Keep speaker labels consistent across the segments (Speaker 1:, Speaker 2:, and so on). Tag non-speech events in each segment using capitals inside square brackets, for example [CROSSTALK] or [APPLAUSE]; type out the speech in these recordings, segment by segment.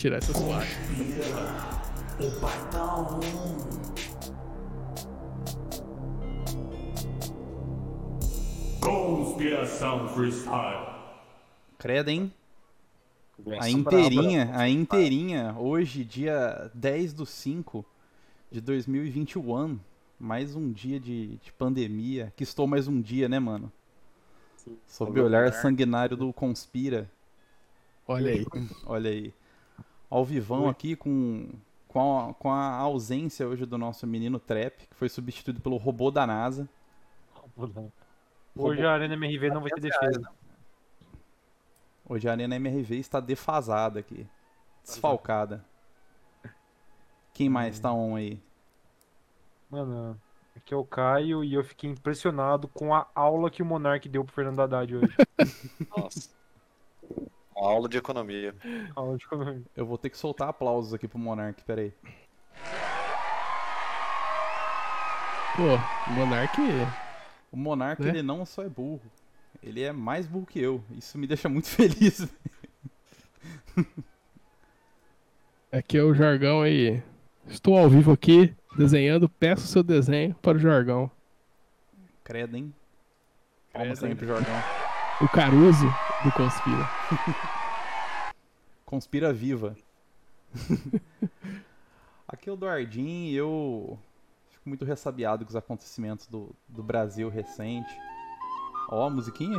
Speaker 1: tirar essas placas.
Speaker 2: Conspiração Freestyle.
Speaker 3: Credo, hein? A
Speaker 4: Doença
Speaker 5: né?
Speaker 3: inteirinha, a inteirinha, hoje, dia 10 do 5 de 2021. Mais um dia de, de pandemia. Que estou mais um dia, né, mano?
Speaker 4: Sim.
Speaker 3: Sob o olhar sanguinário do Conspira.
Speaker 1: Olha aí.
Speaker 3: Olha aí. Ao vivão aqui com, com, a, com a ausência hoje do nosso menino Trap, que foi substituído pelo robô da NASA.
Speaker 4: brava.
Speaker 5: Hoje é a Arena MRV não vai ter defesa.
Speaker 3: Hoje a Arena MRV está defasada aqui. Desfalcada. Quem mais tá on aí?
Speaker 5: Mano, aqui é o Caio e eu fiquei impressionado com a aula que o Monark deu pro Fernando Haddad [LAUGHS] hoje.
Speaker 4: Nossa. Uma aula de economia.
Speaker 5: aula de economia.
Speaker 3: Eu vou ter que soltar aplausos aqui pro Monark, peraí.
Speaker 1: Pô, o Monark.
Speaker 3: O Monark,
Speaker 1: Né?
Speaker 3: ele não só é burro, ele é mais burro que eu. Isso me deixa muito [LAUGHS] feliz.
Speaker 1: Aqui é o Jargão aí. Estou ao vivo aqui, desenhando. Peço seu desenho para o Jargão.
Speaker 3: Credo, hein?
Speaker 1: Credo,
Speaker 3: Palmas também
Speaker 1: hein?
Speaker 3: pro Jordão.
Speaker 1: O Caruso do Conspira.
Speaker 3: Conspira viva. [LAUGHS] Aqui é o Duardin e eu fico muito ressabiado com os acontecimentos do, do Brasil recente. Ó, a musiquinha?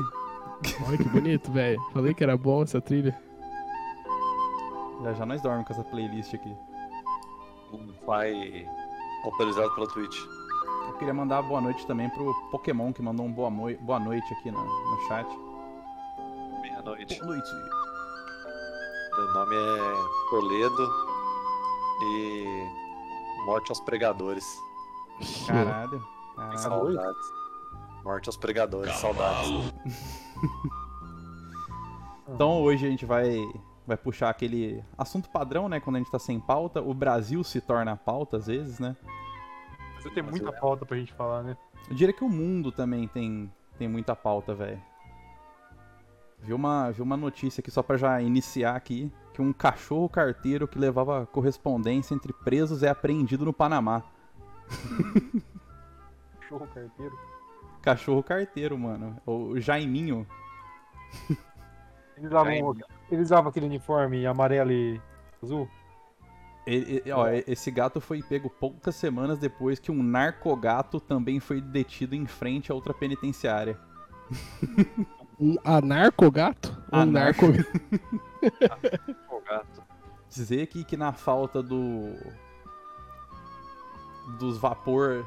Speaker 1: Olha que bonito, [LAUGHS] velho. Falei que era bom essa trilha.
Speaker 3: Já já nós dormimos com essa playlist aqui.
Speaker 4: Um pai autorizado pela Twitch.
Speaker 3: Eu queria mandar boa noite também pro Pokémon que mandou um boa, moi- boa noite aqui no, no chat.
Speaker 4: Meia-noite.
Speaker 3: Boa noite.
Speaker 4: Meu nome é Toledo e Morte aos Pregadores.
Speaker 3: Caralho. Caralho.
Speaker 4: Saudades. Morte aos Pregadores, saudades.
Speaker 3: Então hoje a gente vai, vai puxar aquele assunto padrão, né? Quando a gente tá sem pauta, o Brasil se torna a pauta às vezes, né?
Speaker 5: Você tem muita pauta pra gente falar, né?
Speaker 3: Eu diria que o mundo também tem, tem muita pauta, velho. Vi uma, vi uma notícia aqui só pra já iniciar aqui, que um cachorro carteiro que levava correspondência entre presos é apreendido no Panamá.
Speaker 5: Cachorro carteiro.
Speaker 3: Cachorro carteiro, mano. O Jaiminho.
Speaker 5: Eles usavam, eles usavam aquele uniforme amarelo e azul.
Speaker 3: Ele- ele- ó, esse gato foi pego poucas semanas depois que um narcogato também foi detido em frente a outra penitenciária.
Speaker 1: Um anarcogato? Um
Speaker 3: Anarco-
Speaker 1: narcogato.
Speaker 4: O gato.
Speaker 3: dizer que, que na falta do dos vapor,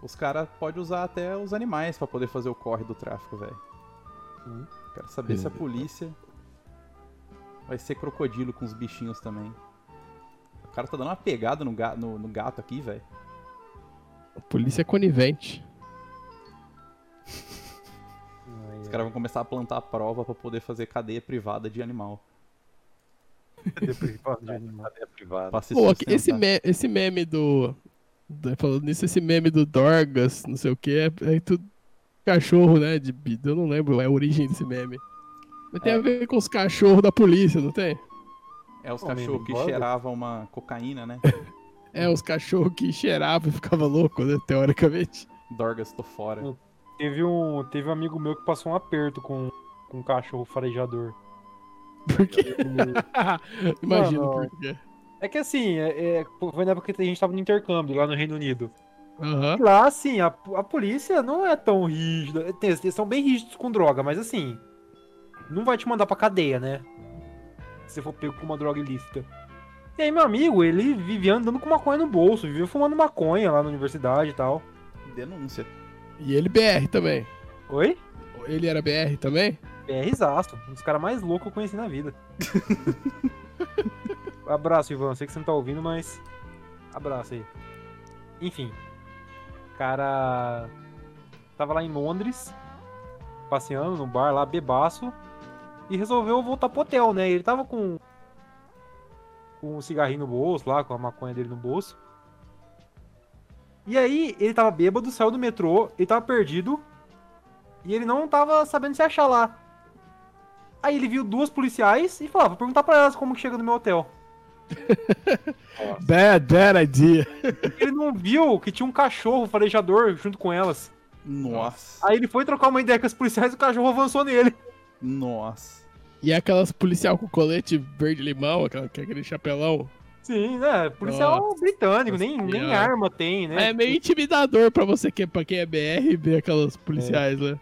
Speaker 3: os caras podem usar até os animais pra poder fazer o corre do tráfico, velho.
Speaker 5: Sim.
Speaker 3: Quero saber se a polícia vai ser crocodilo com os bichinhos também. O cara tá dando uma pegada no, ga- no- no gato aqui, velho.
Speaker 1: A [LAUGHS] polícia é conivente.
Speaker 5: É.
Speaker 3: Os caras vão começar a plantar prova pra poder fazer cadeia privada de animal.
Speaker 5: Depois [LAUGHS] de animal.
Speaker 4: Cadeia privada.
Speaker 3: Pra se
Speaker 1: Pô, aqui- esse,
Speaker 3: sustentar.
Speaker 1: me- esse meme do. da- Falando nisso, esse meme do Dorgas, não sei o que, é, é tudo cachorro, né? De, bi- eu não lembro é a origem desse meme. Mas tem
Speaker 3: É.
Speaker 1: a ver com os cachorros da polícia, não tem?
Speaker 3: É os
Speaker 5: Pô, meme
Speaker 3: cachorros que
Speaker 5: boga.
Speaker 3: cheiravam uma cocaína, né?
Speaker 1: É, os cachorros que cheiravam e ficavam loucos, né? [LAUGHS] Teoricamente.
Speaker 3: Dorgas, tô fora.
Speaker 5: Teve um, teve um amigo meu que passou um aperto com, com um cachorro farejador.
Speaker 1: Por quê? Imagino
Speaker 5: Mano,
Speaker 1: por quê.
Speaker 5: É que assim, é, é, foi na época que a gente tava no intercâmbio lá no Reino Unido.
Speaker 1: Aham.
Speaker 5: Lá, assim, a, a polícia não é tão rígida. Tem- Eles são bem rígidos com droga, mas assim. Não vai te mandar pra cadeia, né? Se você for pego com uma droga ilícita. E aí, meu amigo, ele vivia andando com maconha no bolso, vivia fumando maconha lá na universidade e tal.
Speaker 3: Denúncia.
Speaker 1: E ele BR também.
Speaker 5: Oi?
Speaker 1: Ele era BR também?
Speaker 5: BRzaço, um dos caras mais loucos que eu conheci na vida. Abraço, Ivan. Sei que você não tá ouvindo, mas. Abraço aí. Enfim. Cara. Tava lá em Londres, passeando no bar lá, bebaço. E resolveu voltar pro hotel, né? Ele tava com. Com um cigarrinho no bolso lá, com a maconha dele no bolso. E aí, ele tava bêbado, saiu do metrô, ele tava perdido. E ele não tava sabendo se achar lá. Aí ele viu duas policiais e falou, "Ah, vou perguntar pra elas como que chega no meu hotel.
Speaker 1: Bad, bad idea.
Speaker 5: Ele não viu que tinha um cachorro farejador junto com elas.
Speaker 3: Nossa.
Speaker 5: Aí ele foi trocar uma ideia com os policiais e o cachorro avançou nele.
Speaker 3: Nossa.
Speaker 1: E é aquelas policial com colete verde-limão, aquela- que é aquele chapelão.
Speaker 5: Sim, né? Policial britânico, nem, nem
Speaker 1: Nossa.
Speaker 5: arma tem, né?
Speaker 1: É meio intimidador pra você, que, pra quem é BR, ver aquelas policiais, né?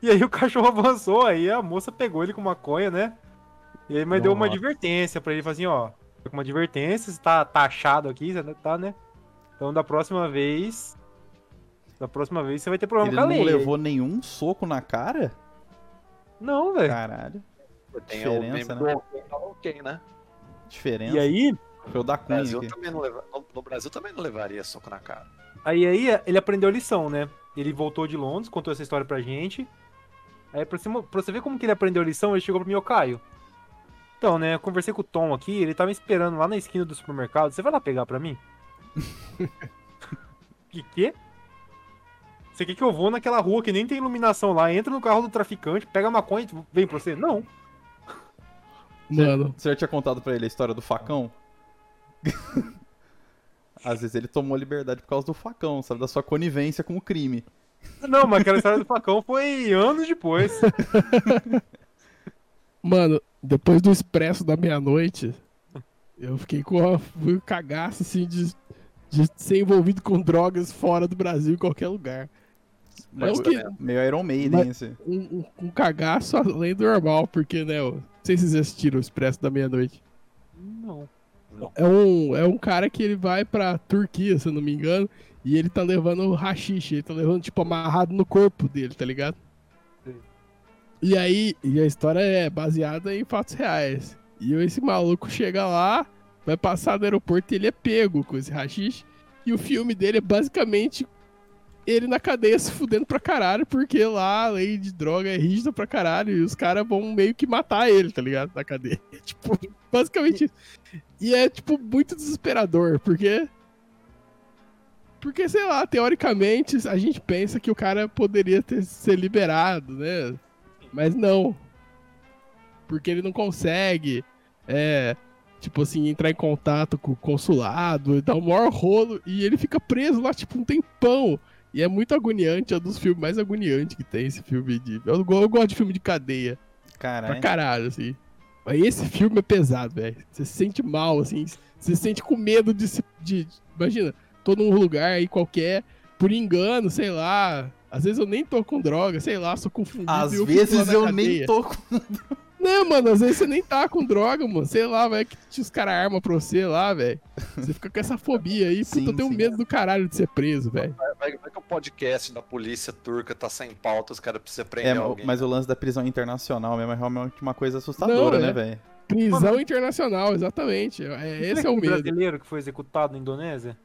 Speaker 5: E aí o cachorro avançou, aí a moça pegou ele com maconha, né? E aí, mas deu uma
Speaker 3: Nossa.
Speaker 5: advertência pra ele, falou assim, ó, tô com uma advertência, você tá taxado aqui, você não tá, né? Então da próxima vez, da próxima vez você vai ter problema
Speaker 3: Ele
Speaker 5: com a
Speaker 3: não
Speaker 5: lei.
Speaker 3: levou nenhum soco na cara?
Speaker 5: Não,
Speaker 1: É.
Speaker 5: velho.
Speaker 3: Caralho.
Speaker 4: Tem o meme
Speaker 3: Diferença,
Speaker 4: do alguém fala alguém, né?
Speaker 3: Diferença.
Speaker 5: E aí,
Speaker 3: Foi
Speaker 1: É,
Speaker 3: o da
Speaker 4: No
Speaker 3: Cunha
Speaker 4: Brasil,
Speaker 3: aqui.
Speaker 4: também não leva- no- no Brasil também não levaria soco na cara.
Speaker 5: Aí, aí ele aprendeu a lição, né? Ele voltou de Londres, contou essa história pra gente. Aí pra, cima- pra você ver como que ele aprendeu a lição, ele chegou pra mim, ô Caio. Então, né, eu conversei com o Tom aqui, ele tava me esperando lá na esquina do supermercado. Você vai lá pegar pra mim? que quê? Você quer que eu vou naquela rua que nem tem iluminação lá, entra no carro do traficante, pega a maconha e vem pra você? Não.
Speaker 1: Mano,
Speaker 3: Você já tinha contado pra ele a história do facão? [LAUGHS] Às vezes ele tomou liberdade por causa do facão, sabe? Da sua conivência com o crime.
Speaker 5: Não, mas aquela história do facão foi anos
Speaker 1: [LAUGHS]
Speaker 5: depois.
Speaker 1: mano, depois do expresso da meia-noite, eu fiquei com a- fui um cagaço, assim, de, de ser envolvido com drogas fora do Brasil, em qualquer lugar. Mas
Speaker 4: Puta
Speaker 1: que-
Speaker 4: merda.
Speaker 3: Meio Iron Maiden,
Speaker 1: Mas-
Speaker 3: esse.
Speaker 1: Um, um, um cagaço além do normal, porque, né, eu- não sei se vocês assistiram o expresso da meia-noite.
Speaker 5: Não.
Speaker 1: É um, é um cara que ele vai pra Turquia, se eu não me engano, e ele tá levando rachixe, ele tá levando, tipo, amarrado no corpo dele, tá ligado?
Speaker 5: Sim.
Speaker 1: E aí, e a história é baseada em fatos reais. E esse maluco chega lá, vai passar no aeroporto e ele é pego com esse rachixe. E o filme dele é basicamente ele na cadeia se fudendo pra caralho, porque lá a lei de droga é rígida pra caralho e os caras vão meio que matar ele, tá ligado? Na cadeia. [LAUGHS] tipo, basicamente e é, tipo, muito desesperador, porque. Porque, sei lá, teoricamente a gente pensa que o cara poderia ter ser liberado, né? Mas não. Porque ele não consegue, é, tipo assim, entrar em contato com o consulado, dá o maior rolo e ele fica preso lá, tipo, um tempão. E é muito agoniante, é um dos filmes mais agoniantes que tem esse filme de. Eu, go- eu gosto de filme de cadeia pra
Speaker 3: Caralho.
Speaker 1: caralho, assim. Mas esse filme é pesado, velho. Você se sente mal, assim. Você se sente com medo de se. De, de- imagina, tô num lugar aí qualquer, por engano, sei lá. Às vezes eu nem tô com droga, sei lá, sou confundido.
Speaker 3: Às
Speaker 1: e fico lá
Speaker 3: vezes
Speaker 1: na
Speaker 3: eu
Speaker 1: cadeia.
Speaker 3: nem tô com.
Speaker 1: Não, mano, às vezes você nem tá com droga, mano. Sei lá, vai que os caras armam pra você lá, velho. Você fica com essa fobia aí.
Speaker 3: Sim,
Speaker 1: Puta, eu tenho
Speaker 3: sim.
Speaker 1: medo do caralho de ser preso, velho.
Speaker 4: Vai, vai que o podcast da polícia turca tá sem pauta, os caras precisam
Speaker 3: É,
Speaker 4: prender alguém.
Speaker 3: mas o lance da prisão internacional mesmo é realmente uma coisa assustadora,
Speaker 1: Não, é.
Speaker 3: né, velho?
Speaker 1: Prisão internacional, exatamente. É, esse é o medo.
Speaker 5: brasileiro que foi executado na Indonésia?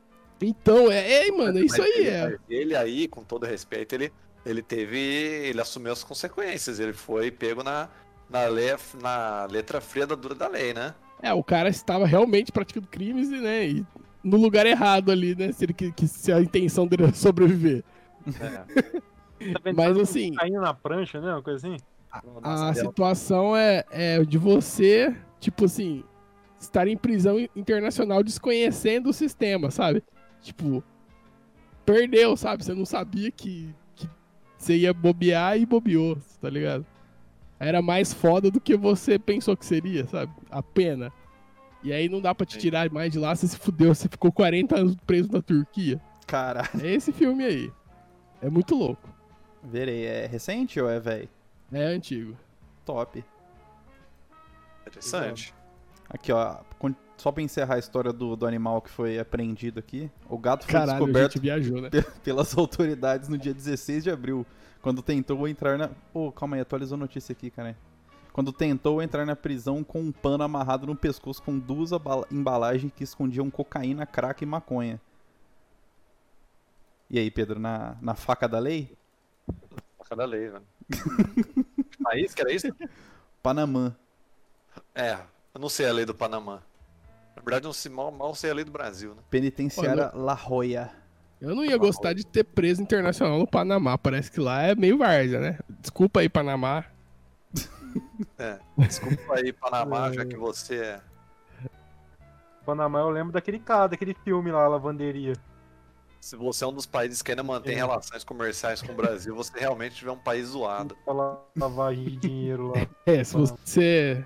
Speaker 1: Então, é, é, mano, é
Speaker 4: Mas
Speaker 1: isso aí.
Speaker 4: ele,
Speaker 1: É.
Speaker 4: Ele aí, com todo respeito, ele, ele teve. Ele assumiu as consequências. Ele foi pego na, na, le, na letra fria da dura da lei, né?
Speaker 1: É, o cara estava realmente praticando crimes, e, né? E no lugar errado ali, né? Se, ele, que, que- se a intenção dele era sobreviver.
Speaker 5: Tá vendo?
Speaker 1: Mas,
Speaker 5: Tá
Speaker 1: assim-
Speaker 5: Caindo na prancha, né? Uma coisa assim.
Speaker 1: Ah, A
Speaker 4: Nossa, é
Speaker 1: situação é, é de você, tipo assim, estar em prisão internacional desconhecendo o sistema, sabe? Tipo, perdeu, sabe? Você não sabia que, que você ia bobear e bobeou, tá ligado? Era mais foda do que você pensou que seria, sabe? A pena. E aí não dá pra te
Speaker 4: Sim.
Speaker 1: tirar mais de lá, você se fudeu, você ficou 40 anos preso na Turquia.
Speaker 3: Caralho.
Speaker 1: É esse filme aí. É muito louco.
Speaker 3: Verei, é recente ou é, velho?
Speaker 1: É antigo.
Speaker 3: Top.
Speaker 4: interessante.
Speaker 3: Aqui, ó. con- Só pra encerrar a história do, do animal que foi apreendido aqui. O gato foi
Speaker 1: Caralho, a
Speaker 3: descoberto
Speaker 1: gente viajou, né?
Speaker 3: [LAUGHS] pelas autoridades no dia 16 de abril, quando tentou entrar na. Pô, calma aí, atualizou a notícia aqui, cara. Quando tentou entrar na prisão com um pano amarrado no pescoço com duas abala- embalagens que escondiam cocaína, crack e maconha. E aí, Pedro, na, na faca da lei?
Speaker 4: Faca da é
Speaker 1: [LAUGHS]
Speaker 4: lei, velho. País que era isso?
Speaker 3: Panamã.
Speaker 4: É, eu não sei a lei do Panamá. Na verdade, eu não sei, mal, mal sei a lei do
Speaker 1: [LAUGHS]
Speaker 4: Brasil, né?
Speaker 3: Penitenciária La Jolla.
Speaker 1: Eu não ia gostar de ter preso internacional no Panamá. Parece que lá é meio várzea, né? Desculpa aí,
Speaker 3: [LAUGHS]
Speaker 1: Panamá.
Speaker 3: É,
Speaker 4: É, desculpa aí, Panamá, já que você é
Speaker 5: Panamá eu lembro daquele cara, daquele filme lá, Lavanderia.
Speaker 4: Se você é um dos países que ainda mantém
Speaker 5: É.
Speaker 4: relações comerciais com o Brasil, você realmente tiver um país zoado.
Speaker 5: Fala- Lavagem de dinheiro lá.
Speaker 1: [LAUGHS] É, se você. Você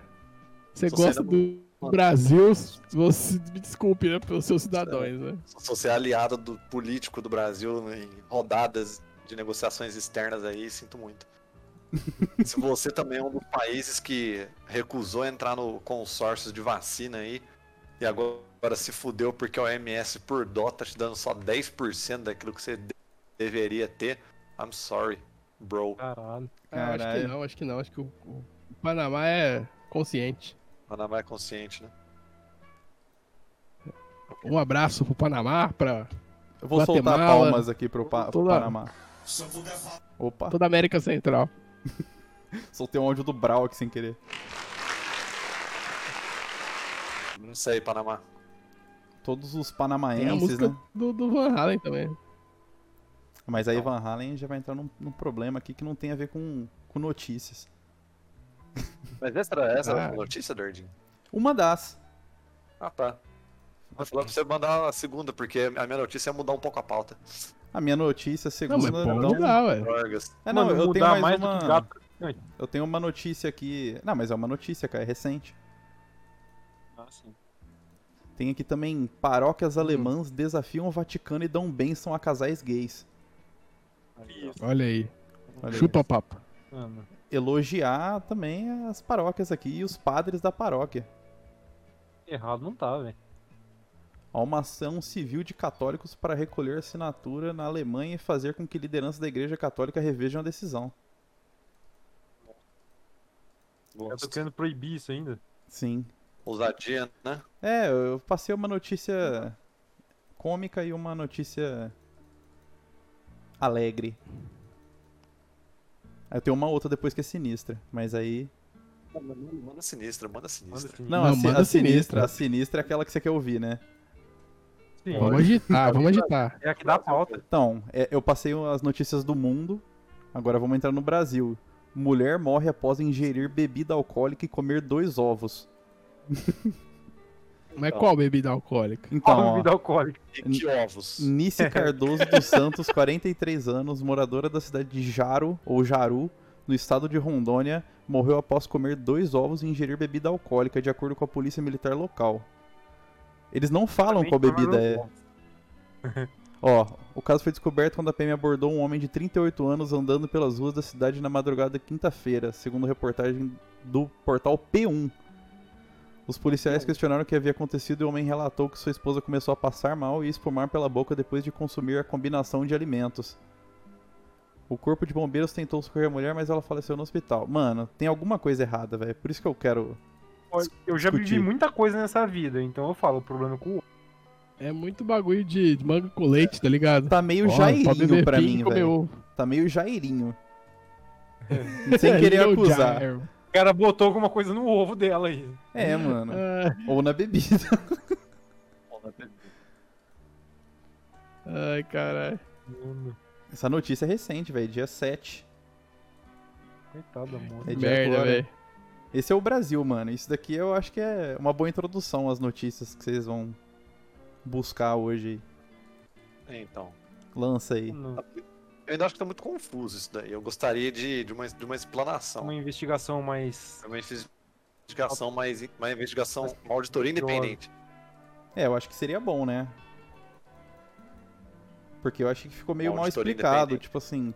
Speaker 4: Se você
Speaker 1: gosta
Speaker 4: não-
Speaker 1: do Brasil, você me desculpe, né, pelos seus cidadãos, né?
Speaker 4: Se você é aliado do político do Brasil em rodadas de negociações externas aí, sinto muito. Se você também é um dos países que recusou entrar no consórcio de vacina aí e agora se fudeu porque a OMS por dó tá te dando só 10% daquilo que você de- deveria ter, I'm sorry, bro.
Speaker 5: Caralho.
Speaker 1: Ah, acho que
Speaker 3: Caralho.
Speaker 1: não, acho que não. Acho que o, o Panamá é consciente.
Speaker 4: Panamá é consciente, né?
Speaker 1: Um abraço pro Panamá, pra
Speaker 3: Eu vou soltar
Speaker 1: Guatemala,
Speaker 3: palmas aqui pro, pa- pro
Speaker 1: toda-
Speaker 3: Panamá. Opa,
Speaker 1: toda a América Central.
Speaker 3: soltei um áudio do Brau aqui sem querer.
Speaker 4: Não sei, Panamá.
Speaker 3: Todos os
Speaker 1: Tem a
Speaker 3: panamaenses,
Speaker 1: música
Speaker 3: né?
Speaker 1: do, do Van Halen também.
Speaker 3: Mas aí Van Halen já vai entrar num, num problema aqui que não tem a ver com, com notícias.
Speaker 4: Mas essa era essa era a
Speaker 1: Ah.
Speaker 4: notícia, Dordinho?
Speaker 3: Uma das.
Speaker 4: Ah, tá. Vou falar pra você mandar a segunda, porque a minha notícia é mudar um pouco a pauta.
Speaker 3: A minha notícia,
Speaker 1: Não,
Speaker 3: segunda.
Speaker 1: mas pode
Speaker 3: então-
Speaker 1: mudar, ué.
Speaker 4: Drogas.
Speaker 3: É, não,
Speaker 5: Mano,
Speaker 3: eu tenho
Speaker 5: mudar
Speaker 3: mais,
Speaker 5: do
Speaker 3: uma.
Speaker 5: que gato.
Speaker 3: Eu tenho uma notícia aqui. Não, mas é uma notícia, cara, é recente.
Speaker 5: Ah, sim.
Speaker 3: Tem aqui também
Speaker 1: Hum.
Speaker 3: paróquias alemãs desafiam o Vaticano e dão bênção a casais gays.
Speaker 5: Aí, ó.
Speaker 1: Olha aí.
Speaker 3: Olha aí.
Speaker 1: Chupa papo.
Speaker 5: Mano,
Speaker 3: Elogiar também as paróquias aqui e os padres da paróquia.
Speaker 5: errado não tá, velho.
Speaker 3: Há uma ação civil de católicos para recolher assinatura na Alemanha e fazer com que liderança da Igreja Católica revejam a decisão.
Speaker 4: É
Speaker 5: Eu tô querendo proibir isso ainda.
Speaker 3: Sim.
Speaker 4: Ousadia, né?
Speaker 3: É, eu passei uma notícia cômica e uma notícia alegre. Aí Eu tenho uma outra depois que é sinistra, mas aí.
Speaker 4: Não, Manda manda sinistra, manda
Speaker 5: Manda
Speaker 4: sinistra.
Speaker 5: assim.
Speaker 3: Não,
Speaker 1: Não,
Speaker 3: a, si-
Speaker 1: manda
Speaker 3: a sinistra.
Speaker 1: sinistra.
Speaker 3: A sinistra é aquela que você quer ouvir, né?
Speaker 5: Sim,
Speaker 1: Vamos agitar, vamos agitar.
Speaker 5: é a que dá pauta.
Speaker 3: Então, é, eu passei as notícias do mundo, agora vamos entrar no Brasil. Mulher morre após ingerir bebida alcoólica e comer dois ovos.
Speaker 1: Mas qual bebida alcoólica?
Speaker 3: Então,
Speaker 5: Então,
Speaker 3: ó,
Speaker 5: vida alcoólica.
Speaker 4: E que ovos?
Speaker 3: Nice Cardoso dos Santos, 43 anos, moradora da cidade de Jaro, ou Jaru, no estado de Rondônia, morreu após comer dois ovos e ingerir bebida alcoólica, de acordo com a polícia militar local. Eles não falam qual bebida é. Ó, o caso foi descoberto quando a PM abordou um homem de 38 anos andando pelas ruas da cidade na madrugada de quinta-feira, segundo reportagem do portal P1. Os policiais questionaram o que havia acontecido e o homem relatou que sua esposa começou a passar mal e espumar pela boca depois de consumir a combinação de alimentos. O corpo de bombeiros tentou socorrer a mulher, mas ela faleceu no hospital. Mano, tem alguma coisa errada, velho. Por isso que eu quero.
Speaker 5: Olha, Eu já vivi
Speaker 3: Discutir.
Speaker 5: muita coisa nessa vida, então eu falo, o problema é com o
Speaker 1: É muito bagulho de de manga com leite, tá ligado?
Speaker 3: Tá meio
Speaker 1: Ó, pode
Speaker 3: jairinho
Speaker 1: beber
Speaker 3: pra
Speaker 1: vinho
Speaker 3: mim,
Speaker 1: e comer
Speaker 3: velho.
Speaker 1: ovo.
Speaker 3: Tá
Speaker 1: [LAUGHS]
Speaker 3: meio jairinho. Sem querer
Speaker 1: Little
Speaker 3: acusar.
Speaker 1: Jairo.
Speaker 5: O cara botou alguma coisa no ovo dela aí.
Speaker 3: É, mano.
Speaker 1: Ah,
Speaker 3: Ou na bebida. [LAUGHS]
Speaker 4: né?
Speaker 1: Ai, caralho.
Speaker 5: Mano,
Speaker 3: Essa notícia é recente, velho. Dia 7.
Speaker 5: coitado da moça.
Speaker 3: É de
Speaker 1: Merda,
Speaker 3: agora.
Speaker 1: velho.
Speaker 3: Esse é o Brasil, mano. Isso daqui eu acho que é uma boa introdução às notícias que vocês vão buscar hoje.
Speaker 4: É, Então.
Speaker 3: Lança aí.
Speaker 5: Mano,
Speaker 4: Eu ainda acho que tá muito confuso isso daí. Eu gostaria de, de, uma, de uma explanação.
Speaker 5: Uma investigação mais.
Speaker 4: De Uma investigação, mais, uma investigação, uma auditoria independente.
Speaker 3: É, eu acho que seria bom, né? Porque eu acho que ficou meio
Speaker 4: Uma
Speaker 3: mal
Speaker 4: auditoria
Speaker 3: explicado.
Speaker 4: independente.
Speaker 3: Tipo assim,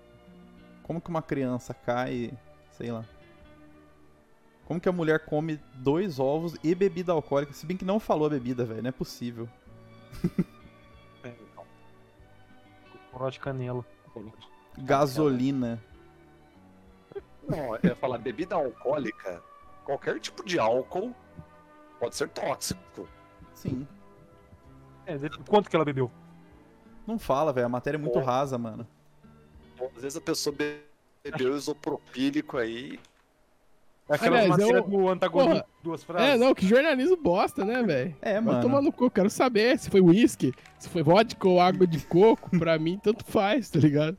Speaker 3: como que uma criança cai, sei lá. Como que a mulher come dois ovos e bebida alcoólica? Se bem que não falou a bebida, velho. Não é possível.
Speaker 4: É, então.
Speaker 5: Coró de canela.
Speaker 3: Gasolina.
Speaker 4: Não, eu ia falar bebida alcoólica, qualquer tipo de álcool pode ser tóxico.
Speaker 3: Sim.
Speaker 5: É, de- quanto que ela bebeu?
Speaker 3: Não fala, velho. A matéria é muito
Speaker 4: Porra.
Speaker 3: rasa, mano.
Speaker 4: Então, Às vezes a pessoa be- bebeu isopropílico aí.
Speaker 5: É Aquelas
Speaker 1: Aliás,
Speaker 5: matérias
Speaker 1: eu-
Speaker 5: do antagonismo,
Speaker 1: Porra.
Speaker 5: duas frases.
Speaker 1: É, não, que jornalismo bosta, né, velho?
Speaker 3: É,
Speaker 1: Vai
Speaker 3: mano.
Speaker 1: tomar no cu, quero saber se foi uísque, se foi vodka ou água de coco, pra mim tanto faz, tá ligado?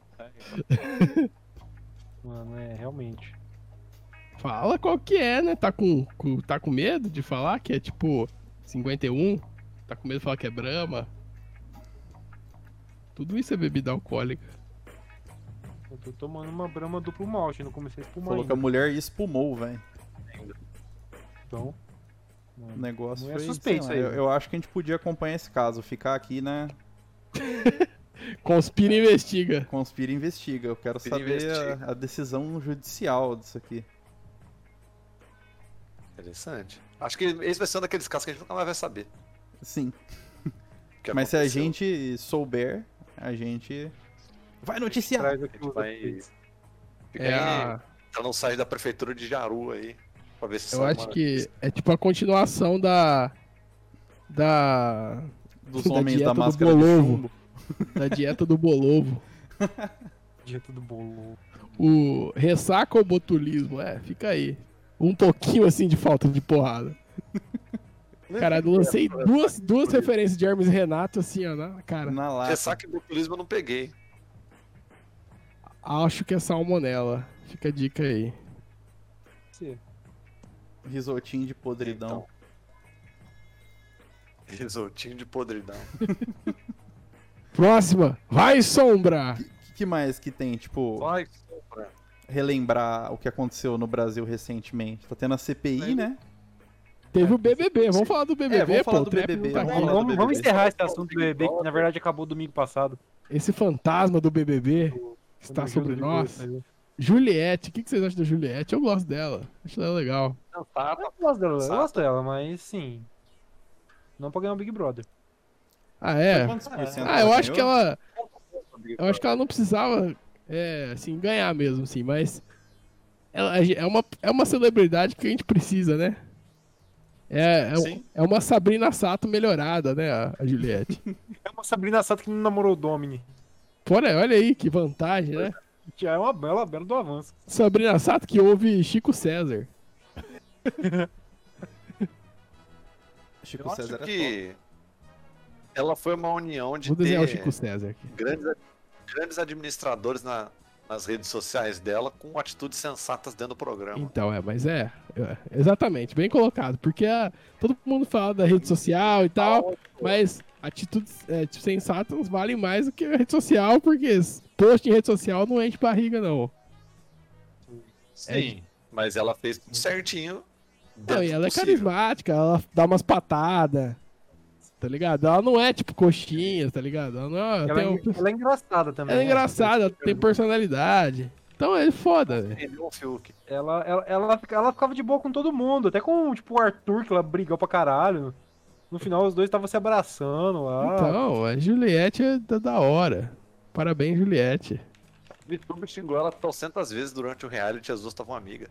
Speaker 5: Mano, é, realmente.
Speaker 1: Fala qual que é, né? Tá com, com- tá com medo de falar que é tipo 51? Tá com medo de falar que é brama? Tudo isso é bebida alcoólica.
Speaker 5: Eu tô tomando uma brama duplo malte, não comecei a espumar
Speaker 3: Falou que a
Speaker 5: ainda.
Speaker 3: mulher espumou, velho.
Speaker 5: Então,
Speaker 3: O negócio
Speaker 5: Não é
Speaker 3: foi, sei
Speaker 5: suspeito
Speaker 3: lá,
Speaker 5: isso aí.
Speaker 3: Eu, eu acho que a gente podia acompanhar esse caso, ficar aqui, né?
Speaker 1: Conspira e investiga.
Speaker 3: Conspira e investiga. Eu quero
Speaker 4: Conspira e
Speaker 3: saber
Speaker 4: investiga.
Speaker 3: a, a decisão judicial disso aqui.
Speaker 4: Interessante. Acho que esse vai ser um daqueles casos que a gente nunca mais vai saber.
Speaker 3: Sim.
Speaker 4: o que
Speaker 3: Mas se a
Speaker 4: aconteceu.
Speaker 3: gente souber, a gente vai noticiar.
Speaker 5: traz aqui
Speaker 4: A gente
Speaker 5: os
Speaker 4: vai.
Speaker 5: updates.
Speaker 4: Fica
Speaker 1: É
Speaker 4: aí,
Speaker 1: a-
Speaker 4: tá no site da prefeitura de Jaru aí. Pra ver se
Speaker 1: eu
Speaker 4: sai
Speaker 1: acho
Speaker 4: uma-
Speaker 1: que é tipo a continuação da. Da.
Speaker 3: Dos
Speaker 1: Da
Speaker 3: homens
Speaker 1: dieta
Speaker 3: da
Speaker 1: do
Speaker 3: máscara de
Speaker 1: Bolovo.
Speaker 3: chumbo.
Speaker 1: Da dieta do bolovo.
Speaker 5: Dieta do bolo.
Speaker 1: O ressaca ou botulismo? É, fica aí. Um pouquinho assim de falta de porrada. Caralho, eu lancei duas, duas referências de Hermes e Renato assim, ó, na cara.
Speaker 3: Na lata.
Speaker 4: é, Ressaca e botulismo eu não peguei. [LAUGHS]
Speaker 1: Acho que é salmonela. Fica a dica aí.
Speaker 5: Você-
Speaker 3: Risotinho de podridão.
Speaker 4: Então. Risotinho de podridão.
Speaker 1: Próxima! Vai, Sombra!
Speaker 3: O que, que mais que tem? Tipo,
Speaker 4: Vai, sopra.
Speaker 3: relembrar o que aconteceu no Brasil recentemente. Tá tendo a CPI, né?
Speaker 1: Teve o BBB, vamos falar do BBB,
Speaker 3: É, vamos falar
Speaker 1: pô,
Speaker 3: do
Speaker 1: o Trap
Speaker 3: BBB,
Speaker 1: não tá
Speaker 3: vamos
Speaker 1: aqui.
Speaker 3: falar.
Speaker 5: Vamos, vamos
Speaker 3: BBB.
Speaker 5: encerrar esse assunto do BBB, que na verdade acabou domingo passado.
Speaker 1: Esse fantasma do BBB está
Speaker 5: Quando o
Speaker 1: tá sobre
Speaker 5: Gil do
Speaker 1: nós.
Speaker 5: Vigor saiu.
Speaker 1: Juliette, o que, que vocês acham da Juliette? Eu gosto dela, acho ela legal.
Speaker 4: Não, tá, tá.
Speaker 5: Eu gosto dela, eu
Speaker 4: Sato.
Speaker 5: gosto dela, mas sim. Não pra ganhar o Big Brother.
Speaker 1: Ah, é?
Speaker 3: Quantos por cento
Speaker 1: Ah, eu
Speaker 3: ela
Speaker 1: acho que
Speaker 3: ganhou?
Speaker 1: ela. Eu acho que ela não precisava, é, assim, ganhar mesmo, assim, mas. Ela é uma, é uma celebridade que a gente precisa, né? É, é,
Speaker 4: Sim.
Speaker 1: é uma Sabrina Sato melhorada, né, a, a Juliette?
Speaker 5: É uma Sabrina Sato que não namorou o Domini.
Speaker 1: Porra, olha aí que vantagem, né?
Speaker 5: Já é uma bela, bela do avanço.
Speaker 1: Sabrina Sato que ouve Chico César.
Speaker 3: Chico
Speaker 4: Eu
Speaker 3: César
Speaker 4: acho
Speaker 3: é
Speaker 4: que ela foi uma união de
Speaker 1: Vou desenhar o
Speaker 4: ter
Speaker 1: Chico César aqui.
Speaker 4: grandes, grandes administradores na- nas redes sociais dela com atitudes sensatas dentro do programa.
Speaker 1: Então, é, mas é, é, Exatamente, bem colocado. Porque ah, todo mundo fala da rede social e tal, mas atitudes é, tipo, sensatas valem mais do que a rede social, porque s- post em rede social não enche barriga, não.
Speaker 4: Sim, mas ela fez tudo certinho.
Speaker 1: É Não,
Speaker 4: dentro
Speaker 1: e
Speaker 4: do
Speaker 1: ela é
Speaker 4: possível.
Speaker 1: carismática, ela dá umas patadas, tá ligado? Ela não é tipo coxinha, tá ligado? Ela, não, ela,
Speaker 5: Ela, é-
Speaker 1: tem um-
Speaker 5: ela é engraçada também.
Speaker 1: ela é
Speaker 5: né?
Speaker 1: engraçada, ela tem personalidade. Então é foda, velho.
Speaker 4: Ele é o Fiuk.
Speaker 5: Ela, ela, ela, fica- ela ficava de boa com todo mundo, até com tipo, o Arthur, que ela brigou pra caralho. No final, os dois estavam se abraçando lá.
Speaker 1: Então, a Juliette é da, da hora. Parabéns, Juliette.
Speaker 4: Vitube xingou ela 300 vezes durante o reality, as duas estavam amigas.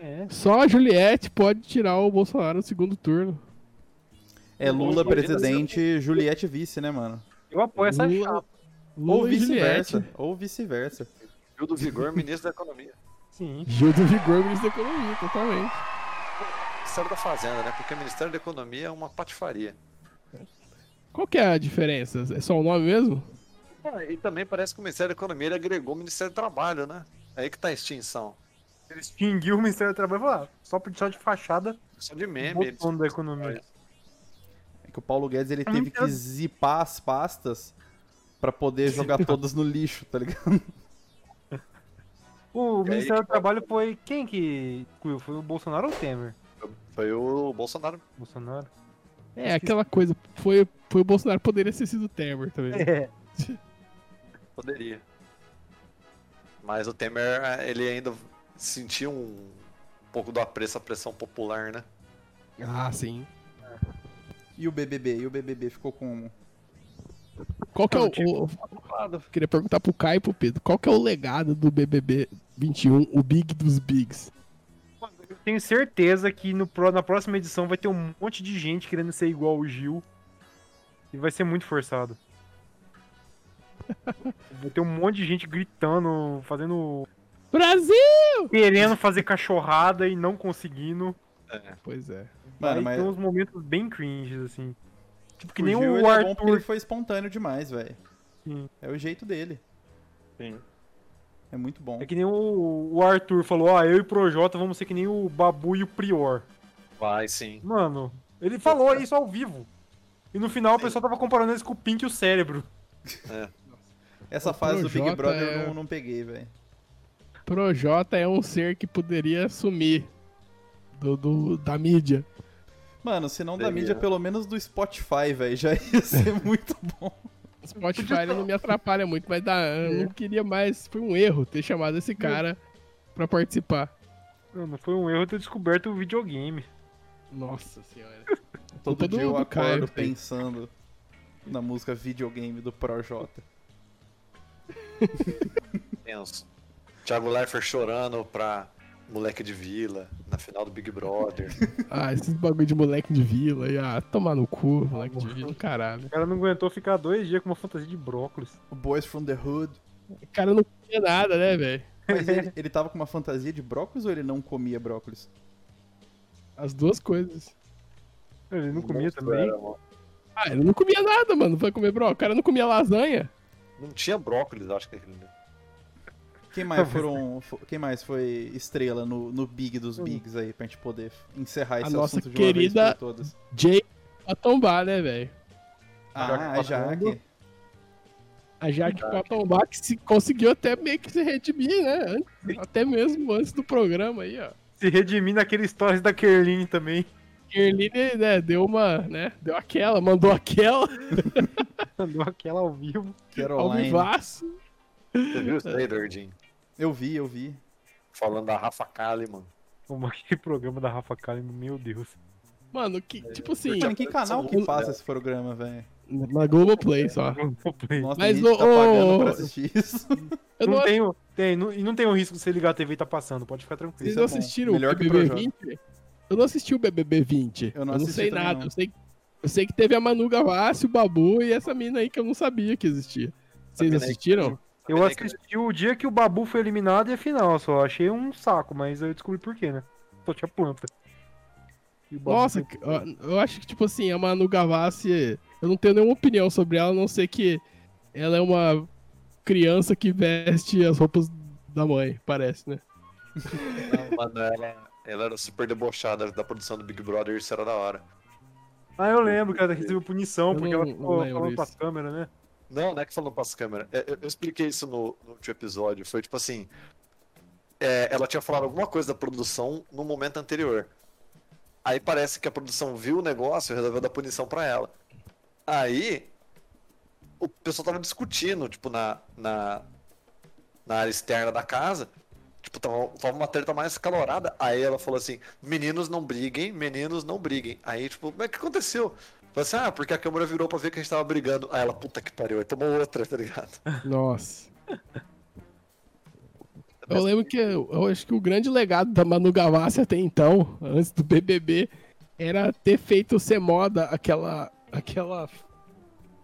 Speaker 5: É.
Speaker 1: Só a Juliette pode tirar o Bolsonaro do segundo turno.
Speaker 3: É Lula
Speaker 5: Imagina
Speaker 3: presidente, Juliette vice, né, mano?
Speaker 5: Eu apoio essa
Speaker 1: Lula-
Speaker 5: chapa,
Speaker 1: Lula
Speaker 3: Ou
Speaker 1: e Juliette.
Speaker 3: vice-versa. Ou vice-versa.
Speaker 4: Gil do Vigor, ministro da Economia.
Speaker 5: sim.
Speaker 1: Gil do Vigor, ministro da Economia, totalmente.
Speaker 4: Ministério da Fazenda, né? Porque o Ministério da Economia é uma patifaria.
Speaker 1: Qual que é a diferença? É só o nome mesmo?
Speaker 4: Ah, e também parece que o Ministério da Economia ele agregou o Ministério do Trabalho, né? Aí que tá a extinção.
Speaker 5: Ele extinguiu o Ministério do Trabalho e falou, ah, só por deixar de fachada,
Speaker 4: Só de meme. É eles-
Speaker 5: botando da economia.
Speaker 3: É que o Paulo Guedes ele
Speaker 5: Eu
Speaker 3: teve
Speaker 5: não
Speaker 3: que
Speaker 5: quero-
Speaker 3: zipar as pastas pra poder jogar todas no lixo, tá ligado?
Speaker 5: O
Speaker 4: aí,
Speaker 5: Ministério do
Speaker 4: tipo,
Speaker 5: Trabalho foi quem que excluiu? Foi o Bolsonaro ou o Temer?
Speaker 4: Foi o Bolsonaro.
Speaker 5: Bolsonaro.
Speaker 1: É, aquela coisa. Foi, foi o Bolsonaro, poderia ter sido o Temer também.
Speaker 5: É.
Speaker 4: Poderia. Mas o Temer, eh, ele ainda sentiu um pouco do apreço à pressão popular, né?
Speaker 1: Ah, sim.
Speaker 3: E o BBB? E o BBB ficou um. como?
Speaker 1: Qual que é o.
Speaker 4: Eu tinha
Speaker 1: o- eu queria perguntar pro Caio e pro Pedro. Qual que é o legado do BBB 21, o Big dos Bigs?
Speaker 5: Eu tenho certeza que no, pró- na próxima edição vai ter um monte de gente querendo ser igual o Gil. E vai ser muito forçado.
Speaker 3: [LAUGHS]
Speaker 5: Vai ter um monte de gente gritando, fazendo.
Speaker 1: Brasil!
Speaker 5: querendo fazer cachorrada e não conseguindo.
Speaker 1: Pois é.
Speaker 3: Mano,
Speaker 5: Aí
Speaker 3: mas
Speaker 5: tem uns momentos bem cringes, assim. Tipo, que
Speaker 3: o
Speaker 5: nem
Speaker 3: Gil, ele
Speaker 5: o
Speaker 3: é bom porque
Speaker 5: Arthur.
Speaker 3: ele foi espontâneo demais, velho.
Speaker 5: Sim.
Speaker 3: É o jeito dele.
Speaker 4: Sim.
Speaker 3: É muito bom.
Speaker 5: É que nem o, o Arthur falou, ah, eu e o Projota vamos ser que nem o Babu e o Prior.
Speaker 4: Vai, sim.
Speaker 5: Mano, ele falou isso ao vivo. E no final o
Speaker 4: Sim.
Speaker 5: pessoal tava comparando eles com o Pink e o cérebro.
Speaker 3: Essa
Speaker 1: O
Speaker 3: fase do Big
Speaker 1: Projota
Speaker 3: Brother eu
Speaker 1: é-
Speaker 3: não, não peguei, velho.
Speaker 1: Projota é um ser que poderia sumir do, do- da mídia.
Speaker 3: Mano, se não da
Speaker 4: Peguei,
Speaker 3: mídia,
Speaker 4: né?
Speaker 3: pelo menos do Spotify, velho, já ia ser [LAUGHS] muito bom.
Speaker 1: Spotify ele não me atrapalha muito, mas dá, [LAUGHS] eu não queria mais. Foi um erro ter chamado esse cara pra participar.
Speaker 5: Mano, foi um erro ter descoberto o videogame.
Speaker 1: Nossa senhora.
Speaker 3: Todo
Speaker 1: Culpa do-
Speaker 3: dia eu
Speaker 1: do Caio,
Speaker 3: acordo
Speaker 1: véi.
Speaker 3: pensando na música videogame do Projota.
Speaker 4: Tenso. Thiago Leifert chorando pra moleque de vila, na final do Big [LAUGHS] Brother.
Speaker 1: Ah, esses bagulho de moleque de vila. aí, Ah, tomar no cu, moleque de vila, caralho.
Speaker 5: O cara não aguentou ficar dois dias com uma fantasia de brócolis.
Speaker 3: Boys from the Hood.
Speaker 1: O cara não queria nada, né, velho? [LAUGHS]
Speaker 3: Mas ele, ele tava com uma fantasia de brócolis ou ele não comia brócolis?
Speaker 1: As duas coisas.
Speaker 5: Ele não comia
Speaker 4: Monstro
Speaker 5: também.
Speaker 4: era, mano.
Speaker 1: Ah, ele não comia nada, mano. Vai comer, bro. O cara não comia lasanha.
Speaker 4: Não tinha brócolis, acho que aquele. dia.
Speaker 3: Quem
Speaker 1: [LAUGHS]
Speaker 3: mais foram. fo- Quem mais foi estrela no, no Big dos Bigs aí, pra gente poder encerrar
Speaker 1: Hum. A
Speaker 3: esse
Speaker 1: nossa
Speaker 3: assunto de uma vez
Speaker 1: querida-
Speaker 3: por todas?
Speaker 1: Jay pra tombar, né, velho?
Speaker 3: Ah, a Jaque.
Speaker 1: A Jaque pra tombar que se conseguiu até meio que se redimir, né? Antes- até mesmo antes do programa aí, ó.
Speaker 5: Se redimir naquele stories da Kerlin também. [LAUGHS]
Speaker 1: Kerline, né, deu uma, né? Deu aquela, mandou
Speaker 3: [LAUGHS]
Speaker 1: aquela.
Speaker 5: Mandou aquela ao vivo.
Speaker 3: Caroline.
Speaker 1: Alvivaço.
Speaker 4: Você viu isso aí, Dordinho?
Speaker 3: Eu vi, eu vi.
Speaker 4: Falando da Rafa Kalimann.
Speaker 5: Como [LAUGHS] aquele programa da Rafa Kalimann, meu Deus. [LAUGHS]
Speaker 1: Mano, que, tipo assim,
Speaker 3: Mano, em que canal que
Speaker 4: Sim.
Speaker 3: passa esse programa, velho?
Speaker 1: na Globoplay só.
Speaker 5: Globoplay.
Speaker 3: Nossa,
Speaker 1: Mas
Speaker 3: tem gente que tá
Speaker 1: o-
Speaker 3: pagando
Speaker 1: o-
Speaker 3: pra assistir isso.
Speaker 1: Eu
Speaker 5: não
Speaker 1: não,
Speaker 5: tem, o- tem, não- e não tem o risco de você ligar a TV e tá passando, pode ficar tranquilo.
Speaker 1: Vocês
Speaker 3: Isso é
Speaker 1: não
Speaker 3: bom.
Speaker 1: assistiram
Speaker 3: Melhor
Speaker 1: o
Speaker 3: que o
Speaker 1: BBB 20? Eu não assisti o BBB 20.
Speaker 3: Eu
Speaker 1: Eu
Speaker 3: não
Speaker 1: não,
Speaker 3: assisti
Speaker 1: sei
Speaker 3: também,
Speaker 1: nada.
Speaker 3: não.
Speaker 1: Eu, sei, eu sei que teve a Manu Gavassi, o Babu e essa mina aí que eu não sabia que existia. Vocês
Speaker 4: Sabia, né?
Speaker 1: assistiram?
Speaker 5: Eu assisti o dia que o Babu foi eliminado e a final só. Achei um saco, mas eu descobri por quê, né? Só tinha planta. E o Babu
Speaker 1: Nossa,
Speaker 5: foi-
Speaker 1: que- ó, eu acho que, tipo assim, a Manu Gavassi. Eu não tenho nenhuma opinião sobre ela, a não ser que ela é uma criança que veste as roupas da mãe, parece, né?
Speaker 4: Mano, ela, ela era super debochada da produção do Big Brother, isso era da hora.
Speaker 5: Ah, eu lembro que ela recebeu punição
Speaker 1: Eu
Speaker 5: porque
Speaker 1: não-
Speaker 5: ela
Speaker 1: não
Speaker 5: ficou
Speaker 1: lembro
Speaker 5: falando
Speaker 1: isso.
Speaker 5: pra câmera, né?
Speaker 4: Não, não é que falou pras câmeras. É, Eu, eu expliquei isso no, no último episódio. Foi tipo assim. é, ela tinha falado alguma coisa da produção no momento anterior. Aí parece que a produção viu o negócio e resolveu dar punição pra ela. Aí. O pessoal tava discutindo, tipo, na, na, na área externa da casa. Tipo, tava, tava uma treta mais calorada. Aí ela falou assim: meninos não briguem, meninos não briguguem. Aí, tipo, mas o que aconteceu? Falei assim, ah, porque a câmera virou pra ver que a gente tava brigando. Aí ela, puta que pariu, aí tomou outra, tá
Speaker 1: [LAUGHS]
Speaker 4: ligado?
Speaker 1: Nossa. Eu lembro que eu eu acho que o grande legado da Manu Gavassi até então, antes do BBB, era ter feito ser moda aquela aquela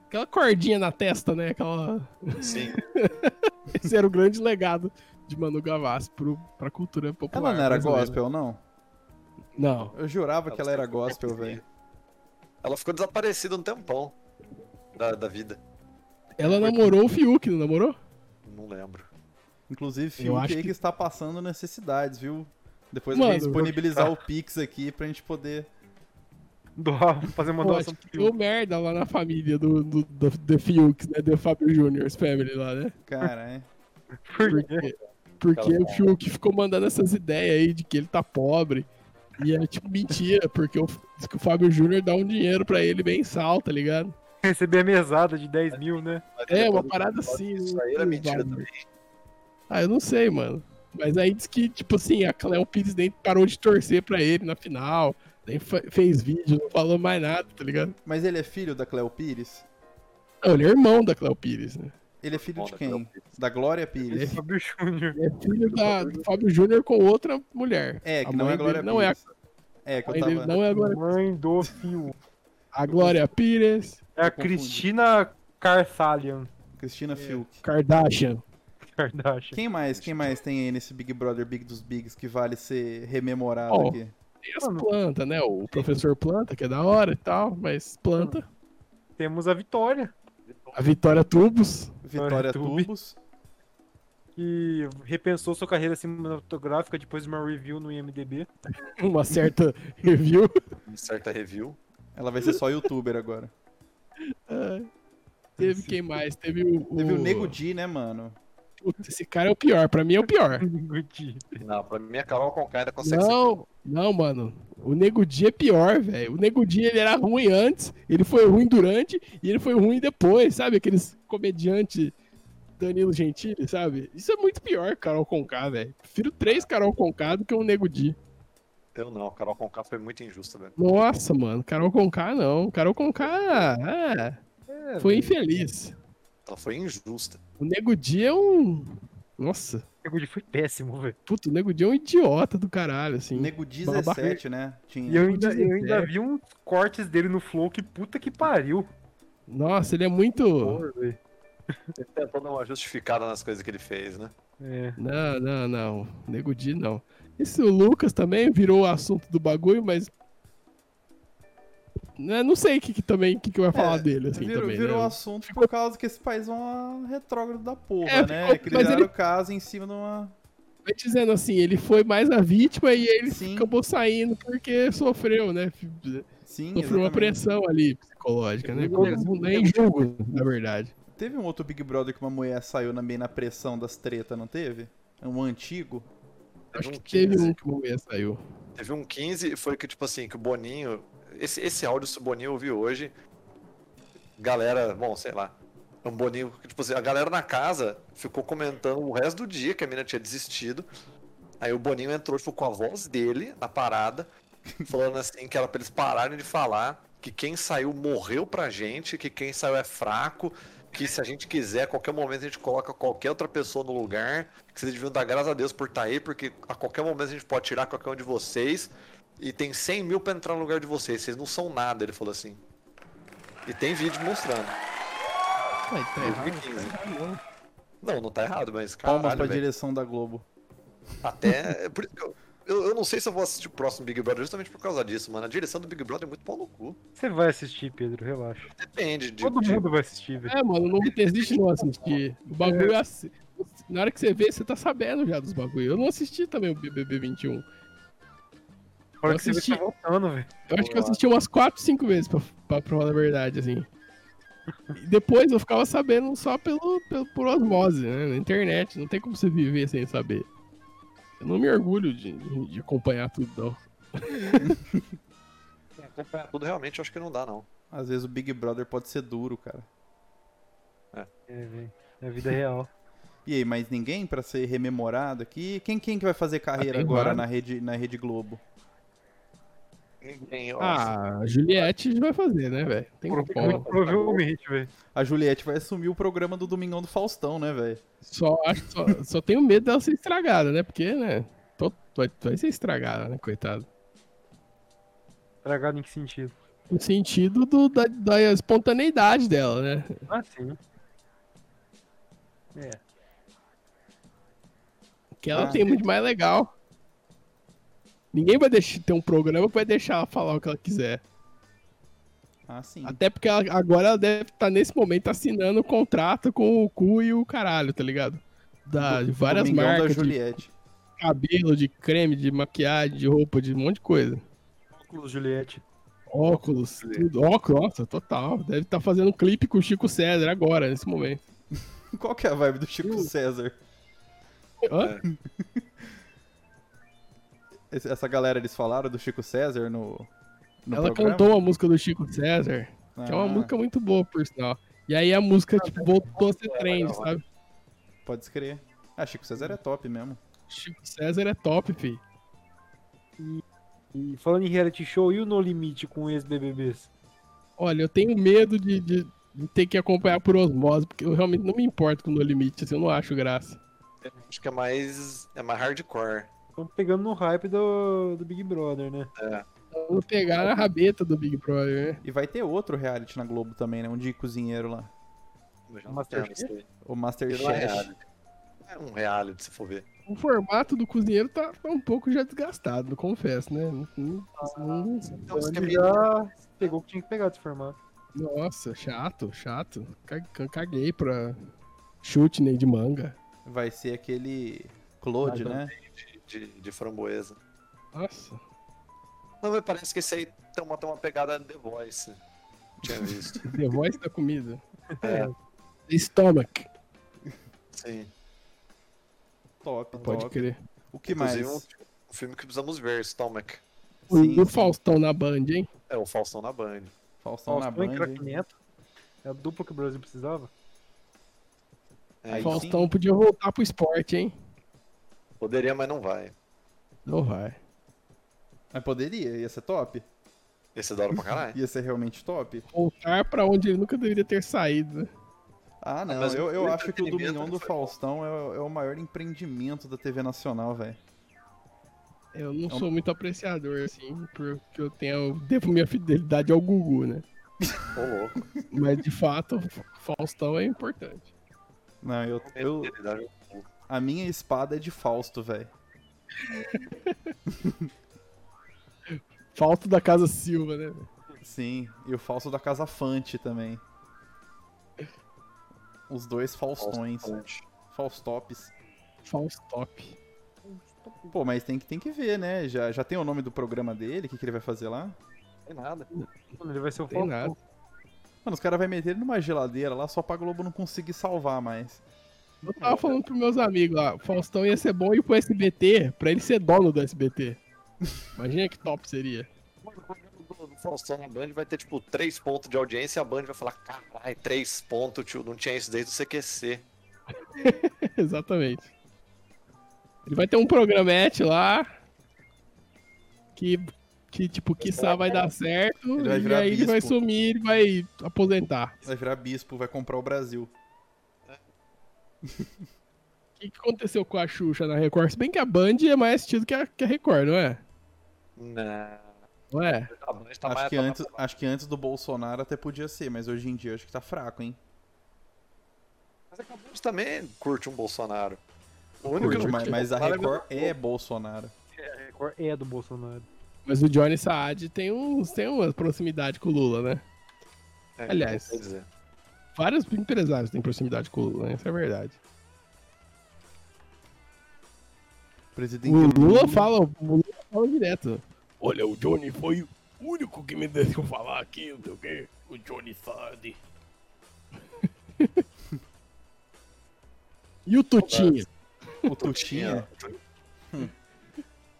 Speaker 1: aquela cordinha na testa, né? Aquela
Speaker 4: Sim.
Speaker 1: esse era o grande legado de Manu Gavassi pro pra cultura popular.
Speaker 3: [LAUGHS] Ela não era
Speaker 1: brasileira.
Speaker 3: gospel, não?
Speaker 1: Não.
Speaker 3: Eu jurava que ela era
Speaker 4: sempre
Speaker 3: gospel,
Speaker 4: foi
Speaker 3: velho.
Speaker 4: Ela ficou desaparecida um tempão da, da vida.
Speaker 1: Ela namorou o Fiuk, não namorou?
Speaker 4: Não lembro.
Speaker 3: Inclusive, filme
Speaker 1: acho
Speaker 3: que...
Speaker 1: que-
Speaker 3: está passando necessidades, viu? Depois
Speaker 1: Mano,
Speaker 3: eu vou
Speaker 1: eu-
Speaker 3: disponibilizar o Pix aqui pra gente poder.
Speaker 5: Doar, fazer uma
Speaker 1: Pô, acho
Speaker 5: doação
Speaker 1: que
Speaker 5: pro
Speaker 1: deu
Speaker 5: filho.
Speaker 1: merda lá na família do, do, do, do Fiuk, né? Do Fábio Juniors Family lá, né?
Speaker 3: Caralho.
Speaker 5: Por quê?
Speaker 1: Porque, porque é o Fiuk ficou mandando essas ideias aí de que ele tá pobre. E é tipo mentira, porque o, diz que o Fábio Júnior dá um dinheiro pra ele bem sal, tá ligado?
Speaker 5: Receber a mesada de 10 mil,
Speaker 1: [LAUGHS]
Speaker 5: né?
Speaker 4: Então, Mas
Speaker 1: É, uma
Speaker 4: depois-
Speaker 1: parada assim.
Speaker 4: Isso aí era
Speaker 1: não-
Speaker 4: mentira
Speaker 1: não-
Speaker 4: também.
Speaker 1: Ah, eu não sei, mano. Mas aí diz que, tipo assim, a Cleo Pires nem parou de torcer pra ele na final. Nem fe- fez vídeo, não falou mais nada, tá ligado?
Speaker 3: Mas ele é filho da Cleo Pires?
Speaker 1: Não, ele é irmão da Cleo Pires, né?
Speaker 3: Ele é filho
Speaker 4: Bom,
Speaker 3: de
Speaker 4: da
Speaker 3: quem?
Speaker 4: Cleo Pires.
Speaker 3: Da Glória
Speaker 5: Esse
Speaker 3: Pires.
Speaker 5: Fábio Júnior.
Speaker 1: Ele é filho da, do Fábio Júnior com outra mulher.
Speaker 3: É, que
Speaker 1: A
Speaker 3: não é
Speaker 1: mãe
Speaker 3: a Glória
Speaker 1: dele não é a-
Speaker 3: Pires. É, que eu
Speaker 1: Aí ele
Speaker 3: tava.
Speaker 1: não é agora.
Speaker 5: Mãe
Speaker 3: [LAUGHS]
Speaker 5: do fio.
Speaker 1: A Glória Pires,
Speaker 5: É a
Speaker 3: Eu confundi.
Speaker 5: Cristina [LAUGHS] Carthalian
Speaker 3: Cristina Filk.
Speaker 1: Kardashian.
Speaker 5: Kardashian.
Speaker 3: Quem mais? Quem mais tem aí nesse Big Brother Big dos Bigs que vale ser rememorado
Speaker 1: Ó,
Speaker 3: aqui?
Speaker 1: Tem as
Speaker 5: Mano.
Speaker 1: plantas, né? O professor planta, que é da hora e tal, mas planta.
Speaker 5: Temos a Vitória,
Speaker 1: A Vitória Tubos.
Speaker 3: Vitória
Speaker 5: Tube.
Speaker 3: Tubos.
Speaker 5: que repensou sua carreira cinematográfica depois de uma review no [LAUGHS] IMDB.
Speaker 1: Uma certa [LAUGHS] review.
Speaker 4: Uma certa review.
Speaker 3: Ela vai ser só youtuber agora.
Speaker 1: Ah, Teve quem mais? Teve o. o...
Speaker 3: Teve o Nego Di, né, mano?
Speaker 1: Puta, esse cara é o pior. Pra mim é o pior.
Speaker 5: Guti.
Speaker 4: Não, pra mim a Carol Concaida consegue ser.
Speaker 1: Não, não, mano. O Nego Di é pior, velho. O Nego Di, ele era ruim antes, ele foi ruim durante e ele foi ruim depois, sabe? Aqueles comediantes Danilo Gentili, sabe? Isso é muito pior, Carol Conká, velho. Prefiro três Carol Conká do que um Nego Di.
Speaker 4: Eu não, a Carol Conká foi muito injusta, velho.
Speaker 1: Nossa, mano. Carol Conká, não. Carol Conká ah,
Speaker 5: É,
Speaker 1: foi infeliz.
Speaker 4: Ela foi injusta.
Speaker 1: O Nego Di é um... Nossa.
Speaker 5: velho, o Guti foi péssimo, velho.
Speaker 1: Puta, o Nego Di é um idiota do caralho, assim.
Speaker 3: Nego 17, né?
Speaker 5: E
Speaker 3: Tinha.
Speaker 5: eu ainda, eu ainda
Speaker 1: É.
Speaker 5: vi uns cortes dele no Flow que puta que pariu.
Speaker 1: Nossa, ele é muito...
Speaker 5: Porra, velho.
Speaker 4: Ele tentou dar uma justificada nas coisas que ele fez, né?
Speaker 5: É.
Speaker 1: Não, não, não. Nego Di, não. Esse o Lucas também virou o assunto do bagulho, mas... Né, Não sei o que, que também que, que vai falar
Speaker 3: É,
Speaker 1: dele, assim,
Speaker 3: virou
Speaker 1: também,
Speaker 3: virou
Speaker 1: né?
Speaker 3: assunto por causa que esse país é uma retrógrado da porra,
Speaker 1: É,
Speaker 3: né?
Speaker 1: ficou- mas
Speaker 3: Criaram
Speaker 1: ele-
Speaker 3: o caso em cima de uma.
Speaker 1: Vai dizendo assim, ele foi mais a vítima e ele
Speaker 3: Sim.
Speaker 1: acabou saindo porque sofreu, né? Sofreu
Speaker 3: Sim,
Speaker 1: uma
Speaker 3: exatamente.
Speaker 1: pressão ali psicológica, né?
Speaker 5: Ficou-
Speaker 1: Não- Nem né? julgo, na verdade.
Speaker 3: Teve um outro Big Brother que uma mulher saiu na- meio na pressão das tretas, não teve? É um antigo.
Speaker 1: Acho que
Speaker 4: um
Speaker 1: teve
Speaker 4: 15.
Speaker 1: um que uma mulher saiu.
Speaker 4: Teve um 15 e foi que, tipo assim, que o Boninho. Esse, esse áudio se o Boninho ouviu hoje. Galera, bom, sei lá. Um Boninho. que, Tipo assim, a galera na casa ficou comentando o resto do dia que a menina tinha desistido. Aí o Boninho entrou, tipo, com a voz dele na parada, falando assim que era pra eles pararem de falar que quem saiu morreu pra gente, que quem saiu é fraco, que se a gente quiser, a qualquer momento a gente coloca qualquer outra pessoa no lugar, que vocês deviam dar graças a Deus por estar aí, porque a qualquer momento a gente pode tirar qualquer um de vocês, e tem 100 mil pra entrar no lugar de vocês, vocês não são nada, ele falou assim. E tem vídeo mostrando.
Speaker 1: Mas tá errado,
Speaker 4: 2015.
Speaker 1: tá errado,
Speaker 4: Não, não tá errado, mas
Speaker 3: Palmas
Speaker 4: caralho,
Speaker 3: pra
Speaker 4: velho.
Speaker 3: direção da Globo.
Speaker 4: Até. é por isso que eu, eu, eu não sei se eu vou assistir o próximo Big Brother justamente por causa disso, mano. A direção do Big Brother é muito pau no cu.
Speaker 5: Você vai assistir, Pedro, relaxa.
Speaker 4: Depende de.
Speaker 5: Todo
Speaker 4: de-
Speaker 5: mundo vai assistir, velho.
Speaker 1: não. É, mano, não desiste não assistir. O bagulho é assim. Na hora que você vê, você tá sabendo já dos bagulhos. Eu não assisti também o BBB 21.
Speaker 5: A hora que você
Speaker 1: É,
Speaker 5: vê,
Speaker 1: assisti.
Speaker 5: tá voltando, velho.
Speaker 1: Eu acho que eu assisti umas 4, 5 vezes, pra, pra, pra falar a verdade, assim. E depois eu ficava sabendo só pelo, pelo, por osmose, né? Na internet. Não tem como você viver sem saber. Eu não me orgulho de, de acompanhar tudo, não.
Speaker 4: acompanhar Tudo realmente eu acho que não dá, não.
Speaker 3: Às vezes o Big Brother pode ser duro, cara.
Speaker 5: É, velho. É a vida real.
Speaker 3: E aí, mais ninguém pra ser rememorado aqui? Quem, quem que vai fazer carreira
Speaker 1: tem
Speaker 3: agora
Speaker 1: vários.
Speaker 3: na rede, na rede Globo?
Speaker 4: Ninguém, ó.
Speaker 1: Ah, a Juliette vai fazer, né, velho? Tem como.
Speaker 5: Muito provavelmente, velho.
Speaker 3: A Juliette vai assumir o programa do Domingão do Faustão, né, velho?
Speaker 1: Só, acho, que só, só tenho medo dela ser estragada, né? Porque, né? to- vai, vai ser estragada, né, coitado?
Speaker 5: Tragado em que sentido?
Speaker 1: No sentido do, da, da espontaneidade dela, né?
Speaker 5: Ah, sim. É.
Speaker 1: Que ela
Speaker 3: Ah.
Speaker 1: tem muito mais legal. Ninguém vai deixar, ter um programa que vai deixar ela falar o que ela quiser.
Speaker 3: Ah, sim.
Speaker 1: Até porque ela- agora ela deve estar, nesse momento, assinando o contrato com o cu e o caralho, tá ligado? Da, de várias
Speaker 3: Domingão da
Speaker 1: marcas, de
Speaker 3: Juliette. [LAUGHS]
Speaker 1: cabelo, de creme, de maquiagem, de roupa, de um monte de coisa.
Speaker 5: Óculos, Juliette.
Speaker 1: Óculos, tudo. Óculos, nossa, total. Deve estar fazendo um clipe com o Chico César agora, nesse momento.
Speaker 3: Qual que é a vibe do Chico César? É,
Speaker 1: Hã?
Speaker 3: Esse- Essa galera, eles falaram do Chico César no, no
Speaker 1: Ela
Speaker 3: programa?
Speaker 1: cantou a música do Chico César, que é uma
Speaker 3: Ah,
Speaker 1: música muito boa, por sinal. E aí a música tipo, voltou a ser
Speaker 3: é,
Speaker 1: trend, sabe?
Speaker 3: né? Pode escrever. Ah, Chico César é top mesmo.
Speaker 1: Chico César é top, fi.
Speaker 5: E falando em reality show, e o No Limite com ex-BBBs?
Speaker 1: Olha, eu tenho medo de, de- de ter que acompanhar por osmose, porque eu realmente não me importo com o No Limite, assim, eu não acho graça.
Speaker 4: Acho que é mais. É mais hardcore.
Speaker 5: Estão pegando no hype do, do Big Brother, né?
Speaker 1: Eu vou pegar a rabeta do Big Brother, né?
Speaker 3: E vai ter outro reality na Globo também, né? Um de cozinheiro lá.
Speaker 4: Eu já não
Speaker 5: Masterchef?
Speaker 4: quero isso
Speaker 3: O
Speaker 4: aí. Não é
Speaker 3: Masterchef.
Speaker 4: reality. É um reality, se for ver.
Speaker 1: O formato do cozinheiro tá, tá um pouco já desgastado, confesso, né? Não- não-
Speaker 3: Ah.
Speaker 1: não-
Speaker 4: Então, isso que é
Speaker 5: Ele
Speaker 4: meio-
Speaker 5: já pegou o que tinha que pegar desse formato.
Speaker 1: nossa, chato, chato. Ca- ca- Caguei pra chute nem de manga.
Speaker 3: Vai ser aquele Claude,
Speaker 5: Ah,
Speaker 3: né?
Speaker 4: de, de framboesa.
Speaker 1: Nossa.
Speaker 4: Não, mas parece que esse aí tem uma, tem uma pegada The Voice. tinha
Speaker 1: [LAUGHS]
Speaker 4: visto.
Speaker 1: The Voice da comida.
Speaker 4: É,
Speaker 1: Stomach.
Speaker 4: sim.
Speaker 3: Top,
Speaker 1: Pode
Speaker 3: top.
Speaker 1: crer.
Speaker 3: O que mais?
Speaker 4: Inclusive, um, um filme que precisamos ver, Stomach.
Speaker 1: O
Speaker 3: Sim,
Speaker 1: do
Speaker 3: sim.
Speaker 1: Faustão na Band, hein?
Speaker 4: É o Faustão na Band.
Speaker 3: Faustão na
Speaker 5: Faustão e
Speaker 3: Band.
Speaker 5: Craquineta. É a dupla que o Brasil precisava.
Speaker 4: É,
Speaker 3: Aí
Speaker 1: Faustão podia voltar pro esporte, hein?
Speaker 4: poderia, mas não vai.
Speaker 1: Não vai.
Speaker 3: Mas poderia, ia ser top.
Speaker 4: Esse é da hora pra caralho.
Speaker 3: Ia ser realmente top.
Speaker 1: Voltar pra onde ele nunca deveria ter saído. né?
Speaker 3: Ah, não,
Speaker 4: mas
Speaker 3: eu, eu
Speaker 4: o
Speaker 3: acho que o
Speaker 4: entretenimento
Speaker 3: Domingão do
Speaker 4: foi
Speaker 3: Faustão é, o- é o maior empreendimento da TV Nacional, velho.
Speaker 1: Eu não
Speaker 3: É um
Speaker 1: sou muito apreciador, assim, porque eu tenho. eu devo minha fidelidade ao Gugu, né?
Speaker 4: Ô, louco.
Speaker 1: Mas de fato, Faustão é importante.
Speaker 3: Não, eu, eu-
Speaker 4: Ele dá-
Speaker 3: a minha espada é de Fausto, velho.
Speaker 1: Falta da Casa Silva, né? velho?
Speaker 3: Sim, e o Fausto da Casa Fante também. Os dois Faustões, Faustops.
Speaker 1: Faustop.
Speaker 3: Pô, mas tem que, tem que ver, né? Já, já tem o nome do programa dele, o que, que ele vai fazer lá?
Speaker 4: Tem nada.
Speaker 5: Mano, ele vai ser o
Speaker 1: Tem
Speaker 5: Faustão.
Speaker 1: nada.
Speaker 3: Mano, os caras vão meter ele numa geladeira lá só pra Globo não conseguir salvar mais.
Speaker 1: Eu tava falando pros meus amigos lá, o Faustão ia ser bom ir pro SBT pra ele ser dono do SBT. Imagina que top seria. [LAUGHS]
Speaker 4: Mano, o programa do- do Faustão na Band vai ter, tipo, três pontos de audiência e a Band vai falar: caralho, três pontos, tio, não tinha isso desde o CQC.
Speaker 1: Exatamente. Ele vai ter um programete lá que, que tipo, quiçá vai dar certo
Speaker 3: Ele vai
Speaker 1: e
Speaker 3: virar
Speaker 1: aí ele vai
Speaker 3: bispo.
Speaker 1: sumir, ele vai aposentar.
Speaker 3: Vai virar bispo, vai comprar o Brasil.
Speaker 1: O que, que aconteceu com a Xuxa na Record? Se bem que a Band é mais assistida que a, que a Record, não é?
Speaker 4: Não.
Speaker 1: Não é?
Speaker 4: A Band tá
Speaker 3: acho,
Speaker 4: mais.
Speaker 3: que
Speaker 4: tá
Speaker 3: antes, acho que antes do Bolsonaro até podia ser, mas hoje em dia acho que tá fraco, hein?
Speaker 4: Mas é que a Band também curte um Bolsonaro. O único
Speaker 3: Curte,
Speaker 4: que não
Speaker 3: mas,
Speaker 4: curte
Speaker 3: mas a
Speaker 4: Bolsonaro
Speaker 3: Record é Bolsonaro.
Speaker 5: A Record é do Bolsonaro.
Speaker 1: Mas o Johnny Saad tem, uns, tem uma proximidade com o Lula, né?
Speaker 4: é,
Speaker 1: aliás.
Speaker 4: quer dizer.
Speaker 1: Vários empresários têm proximidade com o Lula, né? Isso é verdade.
Speaker 3: Presidente
Speaker 1: O Lula fala, o Lula fala direto. Olha, o Johnny foi o único que me deixou falar aqui, não sei o quê. O Johnny Saad. [LAUGHS] e o Tutinha?
Speaker 4: Hum.
Speaker 3: O Tutinha.
Speaker 4: Tutinha.
Speaker 3: Hum.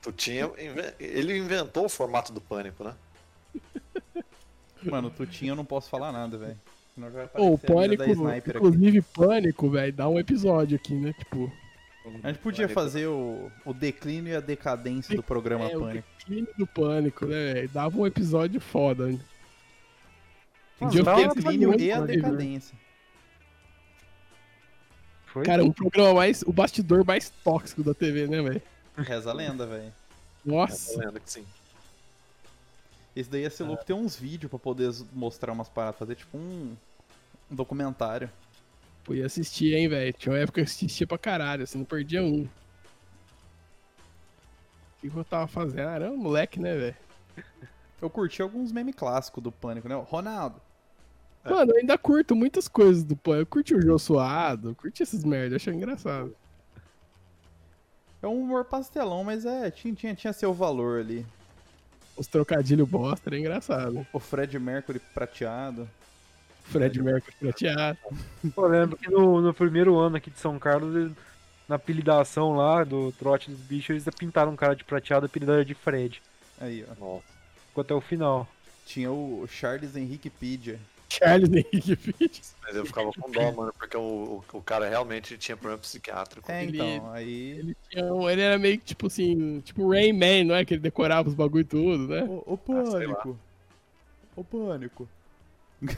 Speaker 4: Tutinha, inve- ele inventou o formato do pânico, né?
Speaker 3: Mano, o Tutinha eu não posso falar nada, velho. Senão já vai
Speaker 1: Pô, o
Speaker 3: aparecer a
Speaker 1: Pânico,
Speaker 3: mina tá da sniper aqui.
Speaker 1: inclusive Pânico, velho, dá um episódio aqui, né? Tipo,
Speaker 3: A gente podia fazer o, o declínio e a decadência do programa
Speaker 1: é, o
Speaker 3: Pânico.
Speaker 1: crime do Pânico, né, velho? Dava um episódio foda. né?
Speaker 3: Tem
Speaker 5: Ah,
Speaker 3: que ter
Speaker 5: dá
Speaker 3: o
Speaker 5: uma
Speaker 3: declínio e a
Speaker 5: coisa, né?
Speaker 3: decadência.
Speaker 5: Foi?
Speaker 1: Cara, um programa mais. O bastidor mais tóxico da TV, né, velho?
Speaker 3: Reza a lenda, velho.
Speaker 1: Nossa.
Speaker 4: Tá vendo que sim.
Speaker 3: Esse daí ia
Speaker 1: É.
Speaker 3: ser louco ter uns vídeos pra poder z- mostrar umas paradas, fazer tipo um, um documentário.
Speaker 1: Pô, ia assistir, hein, velho? Tinha uma época que eu assistia pra caralho, assim, não perdia um. O que que eu tava fazendo? Ah, Era um moleque, né, velho?
Speaker 3: Eu curti alguns memes clássicos do Pânico, né? Ronaldo. É.
Speaker 1: Mano, eu ainda curto muitas coisas do pão. Eu curti o Jô Suado, eu curti essas merdas, achei engraçado.
Speaker 3: É um humor pastelão, mas é, tinha, tinha, tinha seu valor ali.
Speaker 1: Os trocadilhos bosta, era engraçado.
Speaker 3: O Fred Mercury prateado.
Speaker 1: Fred Mercury prateado.
Speaker 5: Eu lembro que no, no primeiro ano aqui de São Carlos, eles- na apelidação lá do trote dos bichos, eles pintaram um cara de prateado e apelidaram ele de Fred.
Speaker 3: Aí, ó.
Speaker 4: Nossa.
Speaker 5: Ficou até é o final.
Speaker 3: Tinha o Charles Henrique Pidia.
Speaker 1: Charles Henrique Fitch.
Speaker 4: Mas eu ficava com dó, mano, porque o, o, o cara realmente tinha problema psiquiátrico.
Speaker 3: É,
Speaker 1: Ele-
Speaker 3: então, aí.
Speaker 1: Ele, tinha um- ele era meio que tipo assim, tipo Rain Man, não é? Que ele decorava os bagulho tudo, né?
Speaker 3: O, o
Speaker 4: Ah, sei lá.
Speaker 3: pânico. o pânico.
Speaker 1: Dun,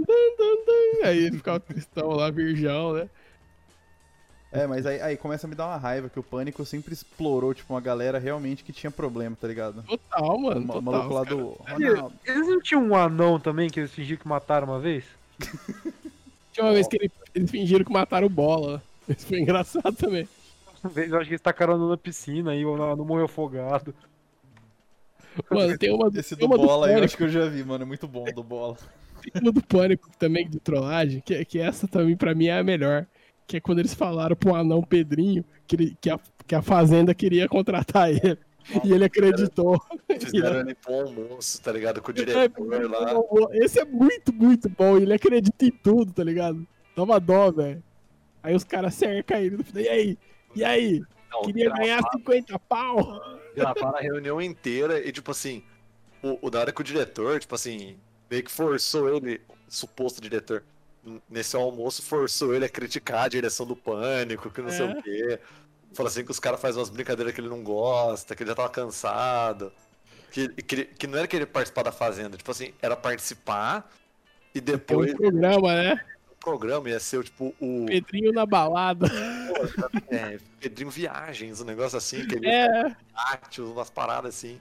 Speaker 1: dun, dun, dun. Aí ele ficava tristão lá, virgão, né?
Speaker 3: É, mas aí, aí começa a me dar uma raiva que o pânico sempre explorou, tipo, uma galera realmente que tinha problema, tá ligado?
Speaker 1: Total,
Speaker 3: O
Speaker 1: mano.
Speaker 3: ma-
Speaker 1: Total.
Speaker 3: maluco lá
Speaker 1: Os
Speaker 3: do Ronaldo.
Speaker 5: Eles não tinham um anão também que eles fingiram que mataram uma vez?
Speaker 1: Tinha uma vez que ele- eles fingiram que mataram o bola. Isso foi engraçado
Speaker 3: [LAUGHS]
Speaker 1: também.
Speaker 5: Uma vez eu acho que eles tacaram anão na piscina e o anão morreu afogado.
Speaker 1: Mano, tem uma,
Speaker 3: Esse
Speaker 1: tem
Speaker 3: do
Speaker 1: uma do
Speaker 3: bola eu
Speaker 1: pânico,
Speaker 3: acho que eu já vi, mano. É muito bom do bola.
Speaker 1: tem uma do pânico também de trollagem, que, que essa também pra mim é a melhor. Que é quando eles falaram pro anão Pedrinho que, ele- que, a, que a Fazenda queria contratar ele. E ele acreditou.
Speaker 4: [LAUGHS] Fizeram ele pro almoço, tá ligado? Com o
Speaker 1: É,
Speaker 4: diretor lá.
Speaker 1: Esse é muito, muito bom. e Ele acredita em tudo, tá ligado? Dá uma dó, velho. Aí os caras cercam ele. no final, E aí? E aí?
Speaker 4: Não,
Speaker 1: Queria ganhar 50 pau.
Speaker 4: gravaram a reunião inteira e, tipo assim, o, o da hora que o diretor, tipo assim, meio que forçou ele, suposto diretor, n- nesse almoço, forçou ele a criticar a direção do pânico, que não sei
Speaker 1: É.
Speaker 4: o quê. Falou assim que os caras fazem umas brincadeiras que ele não gosta, que ele já tava cansado. Que, que, ele- que não era querer participar da Fazenda, tipo assim, era participar e
Speaker 1: É
Speaker 4: depois
Speaker 1: um programa, né?
Speaker 4: o programa ia ser, tipo, o
Speaker 1: Pedrinho na balada.
Speaker 4: é, Pedrinho Viagens, um negócio assim, que ele é.
Speaker 1: É.
Speaker 4: umas paradas assim.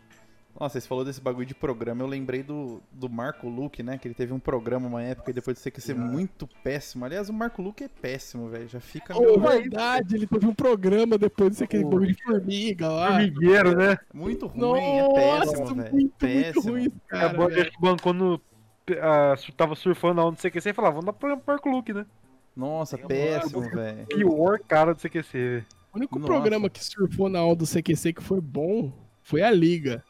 Speaker 3: Nossa, você falou desse bagulho de programa. Eu lembrei do, do Marco Luke, né? Que ele teve um programa uma época e depois de ser que ser muito péssimo. Aliás, o Marco Luke é péssimo, velho. Já fica.
Speaker 1: Ô,
Speaker 3: meio-
Speaker 1: Então, é verdade, ele teve um programa depois desse aquele
Speaker 5: Pô.
Speaker 1: bagulho de formiga lá.
Speaker 5: Formigueiro, né?
Speaker 3: Muito ruim, é
Speaker 1: Nossa,
Speaker 3: péssimo,
Speaker 1: muito,
Speaker 3: velho.
Speaker 1: muito
Speaker 3: Péssimo.
Speaker 1: ruim esse
Speaker 5: a
Speaker 1: cara.
Speaker 5: banda
Speaker 1: velho.
Speaker 5: que bancou no. pe- ah, su- tava surfando lá no CQC e falava, vamos dar pro Marco Luke, né?
Speaker 3: Nossa,
Speaker 1: Tem um
Speaker 3: péssimo, velho.
Speaker 5: Pior cara do CQC.
Speaker 1: O único
Speaker 3: Nossa.
Speaker 1: programa que surfou na onda do CQC que foi bom foi a Liga.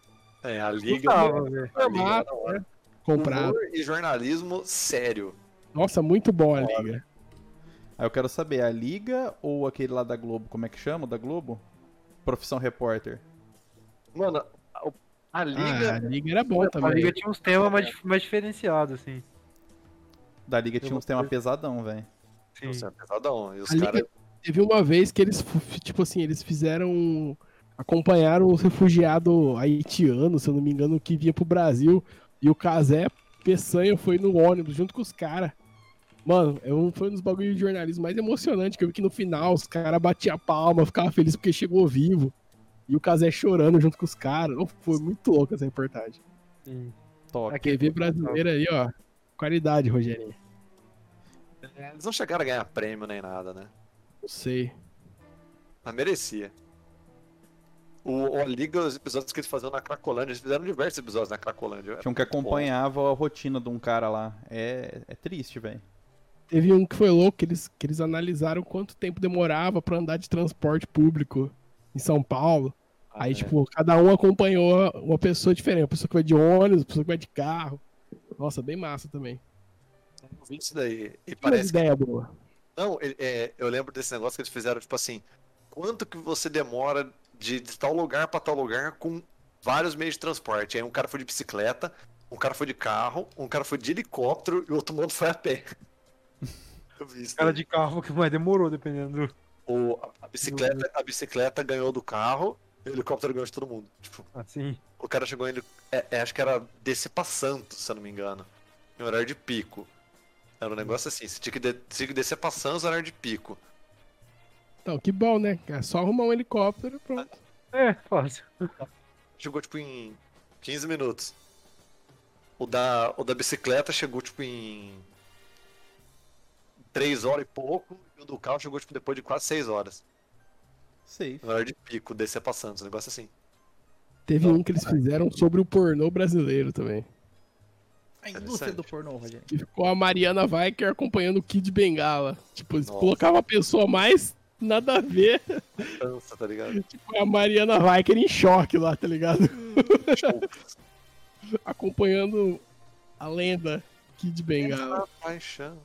Speaker 4: É, a
Speaker 5: Não
Speaker 4: Liga.
Speaker 5: tava, velho.
Speaker 4: a Liga era
Speaker 1: Formato,
Speaker 4: da hora.
Speaker 1: Comprado.
Speaker 4: Humor e jornalismo sério.
Speaker 1: Nossa, muito bom a Liga.
Speaker 3: Aí eu quero saber, a Liga ou aquele lá da Globo? Como é que chama? o Da Globo? Profissão Repórter.
Speaker 4: Mano, a, a
Speaker 1: Ah, a
Speaker 4: Liga.
Speaker 1: Liga era bom
Speaker 5: A
Speaker 1: também.
Speaker 5: liga tinha uns temas
Speaker 4: É.
Speaker 5: mais, dif- mais diferenciados, assim.
Speaker 3: Da Liga
Speaker 5: Eu
Speaker 3: tinha
Speaker 5: vou
Speaker 3: uns temas
Speaker 5: ver.
Speaker 3: pesadão, velho.
Speaker 5: Sim.
Speaker 4: Nossa, é pesadão. E os
Speaker 1: Ah, A Liga-
Speaker 4: caras.
Speaker 1: Teve uma vez que eles, fu- tipo assim, eles fizeram. Acompanharam os refugiados haitianos, se eu não me engano, que vinha pro Brasil. E o Casé Peçanha foi no ônibus junto com os caras. Mano, é um- foi um dos bagulhos de jornalismo mais emocionante que eu vi que no final os caras batiam palma, ficavam felizes porque chegou vivo. E o Casé chorando junto com os caras. Oh, Foi muito louco essa reportagem.
Speaker 5: sim.
Speaker 3: Top.
Speaker 1: A TV brasileira aí, ó. Qualidade, Rogerinho.
Speaker 4: Eles não chegaram a ganhar prêmio nem nada, né?
Speaker 1: Não sei.
Speaker 4: Mas merecia. O, o- a Liga, os episódios que eles faziam na Cracolândia, eles fizeram diversos episódios na Cracolândia.
Speaker 3: Tinha um que acompanhava a rotina de um cara lá. É, é triste, velho.
Speaker 1: Teve um que foi louco, que eles, que eles analisaram quanto tempo demorava pra andar de transporte público em São Paulo. Aí,
Speaker 4: é.
Speaker 1: tipo, cada um acompanhou uma pessoa diferente. Uma pessoa que vai de ônibus, uma pessoa que vai de carro. Nossa, bem massa também. um
Speaker 4: Eu vi Isso daí. E
Speaker 1: Parece
Speaker 4: parece que.
Speaker 1: ideia boa.
Speaker 4: Não, ele- é, eu lembro desse negócio que eles fizeram, tipo assim. Quanto que você demora de, de tal lugar pra tal lugar com vários meios de transporte? Aí um cara foi de bicicleta, um cara foi de carro, um cara foi de helicóptero e o outro mundo foi
Speaker 5: [LAUGHS]
Speaker 4: a pé. Eu vi isso.
Speaker 5: Cara
Speaker 4: daí.
Speaker 5: de carro que mais demorou, dependendo do.
Speaker 4: O, a- a, bicicleta, a bicicleta ganhou do carro e o helicóptero ganhou de todo mundo. Tipo,
Speaker 5: Assim.
Speaker 4: o cara chegou ele. É, é, acho que era descer pra Santos, se eu não me engano. Em horário de pico. Era um negócio assim, você tinha que, de, tinha que descer pra Santos no horário de pico.
Speaker 1: Então, que bom, né? É só arrumar um helicóptero, pronto.
Speaker 5: É, fácil.
Speaker 4: Chegou tipo em 15 minutos. O da, o da bicicleta chegou tipo em 3 horas e pouco, e o do carro chegou tipo depois de quase 6 horas.
Speaker 3: Safe.
Speaker 4: No horário de pico, descer pra Santos, um negócio assim.
Speaker 1: Teve um que eles fizeram sobre o pornô brasileiro também.
Speaker 3: A
Speaker 4: indústria do
Speaker 3: pornô, Rogério.
Speaker 1: Que ficou a Mariana Viker acompanhando o Kid Bengala. Tipo, eles
Speaker 4: Nossa.
Speaker 1: colocavam a pessoa mais nada a ver.
Speaker 4: Cansa, tá ligado?
Speaker 1: Tipo, a Mariana Viker em choque lá, tá ligado? acompanhando a lenda Kid
Speaker 3: É, tá
Speaker 1: Bengala.
Speaker 4: Essa paixão.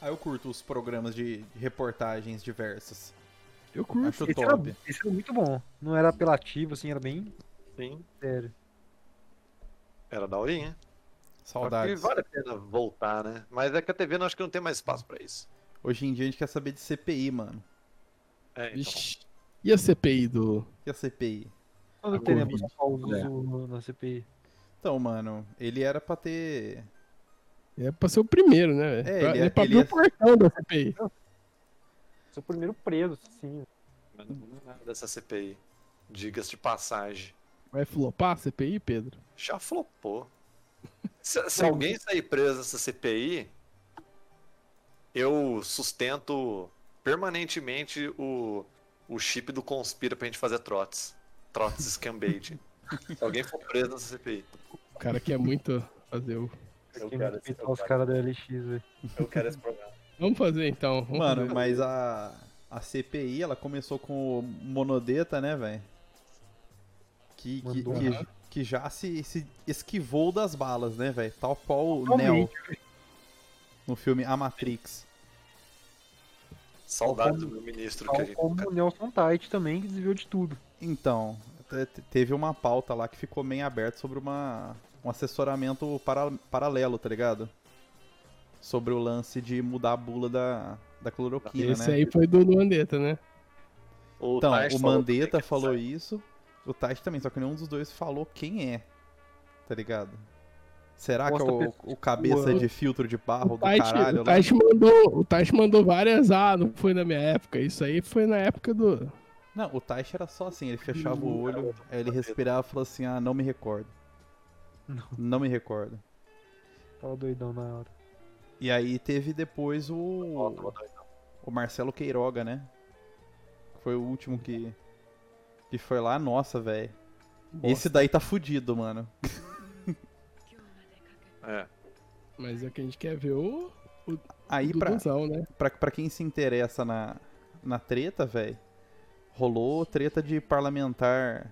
Speaker 3: Aí eu curto os programas de de reportagens diversas.
Speaker 1: Eu curto.
Speaker 3: Acho
Speaker 5: Esse era,
Speaker 3: top.
Speaker 5: esse era muito bom. Não era apelativo, assim, era bem
Speaker 4: Sim.
Speaker 5: sério.
Speaker 4: Era daorinha. Acho que
Speaker 3: Saudades.
Speaker 4: vale a pena voltar, né? Mas é que a TV não acho que não tem mais espaço pra isso.
Speaker 3: Hoje em dia a gente quer saber de CPI, mano.
Speaker 4: É, então.
Speaker 1: Vixe. E a CPI do.
Speaker 3: E a CPI?
Speaker 5: Quando
Speaker 1: A
Speaker 5: teremos
Speaker 1: Covid.
Speaker 5: o
Speaker 4: é.
Speaker 5: uso na CPI?
Speaker 3: Então, mano, ele era pra ter.
Speaker 1: É pra ser o primeiro, né? É,
Speaker 3: É,
Speaker 1: pra,
Speaker 3: ele
Speaker 1: ele
Speaker 3: é-
Speaker 1: pra abrir
Speaker 3: ele é-
Speaker 1: o portão da CPI.
Speaker 5: Sou o primeiro preso, sim. né?
Speaker 4: Mas não é nada dessa CPI. Digas de passagem.
Speaker 1: Vai flopar a CPI, Pedro?
Speaker 4: Já flopou. Se, se alguém sair preso nessa CPI, eu sustento permanentemente o, o chip do Conspira pra gente fazer trotes. Trotes Scambade. se alguém for preso nessa CPI.
Speaker 1: O cara quer muito fazer o.
Speaker 4: Eu
Speaker 5: Quem
Speaker 4: quero
Speaker 5: vai
Speaker 4: esse,
Speaker 5: pintar os caras da LX, velho.
Speaker 4: eu quero esse programa.
Speaker 1: [LAUGHS] Vamos fazer então. Vamos
Speaker 3: Mano,
Speaker 1: fazer.
Speaker 3: mas a. a CPI, ela começou com o Monodeta, né, velho? Que, que,
Speaker 5: Mandou.
Speaker 3: que, que já se, se esquivou das balas, né, velho? Tal qual o Neo
Speaker 5: Totalmente,
Speaker 3: no filme A Matrix.
Speaker 4: [LAUGHS] Saudades do meu ministro que a
Speaker 5: Tal
Speaker 4: gente
Speaker 5: como o Nelson Tait também, que desviou de tudo.
Speaker 3: Então, te- te- teve uma pauta lá que ficou meio aberta sobre uma, um assessoramento para- paralelo, tá ligado? Sobre o lance de mudar a bula da, da cloroquina,
Speaker 1: Esse
Speaker 3: né?
Speaker 1: aí foi do Luandeta, né?
Speaker 4: O
Speaker 3: Então,
Speaker 4: Tais
Speaker 3: o
Speaker 4: falou
Speaker 3: Mandetta
Speaker 4: também que
Speaker 3: falou
Speaker 4: ele
Speaker 3: isso, o Tati também, só que nenhum dos dois falou quem é, tá ligado? Será que é
Speaker 5: Mostra
Speaker 3: o,
Speaker 5: a
Speaker 3: o cabeça de filtro de barro
Speaker 1: O
Speaker 3: Ah, do
Speaker 1: Taish,
Speaker 3: caralho né?
Speaker 1: o
Speaker 3: lá?
Speaker 1: Taish mandou, o Taish mandou várias, ah, não foi na minha época. Isso aí foi na época do.
Speaker 3: Não, o Tati era só assim, ele fechava
Speaker 4: Hum,
Speaker 3: o olho,
Speaker 4: garoto,
Speaker 3: aí ele
Speaker 4: Mandetta.
Speaker 3: respirava e falou assim, ah, não me recordo.
Speaker 5: Não.
Speaker 3: Não me recordo.
Speaker 5: Tava doidão na hora.
Speaker 3: E aí teve depois
Speaker 4: falou,
Speaker 3: o,
Speaker 4: "Ó, tô doidão."
Speaker 3: o Marcelo Queiroga, né? Que Foi o último que, que foi lá. Nossa, velho. Esse daí tá fudido, mano.
Speaker 4: É.
Speaker 1: Mas é que a gente quer ver o,
Speaker 3: Aí,
Speaker 1: o
Speaker 3: pra,
Speaker 1: Duduzão, né?
Speaker 3: pra, pra quem se interessa na, na treta, velho, rolou treta de parlamentar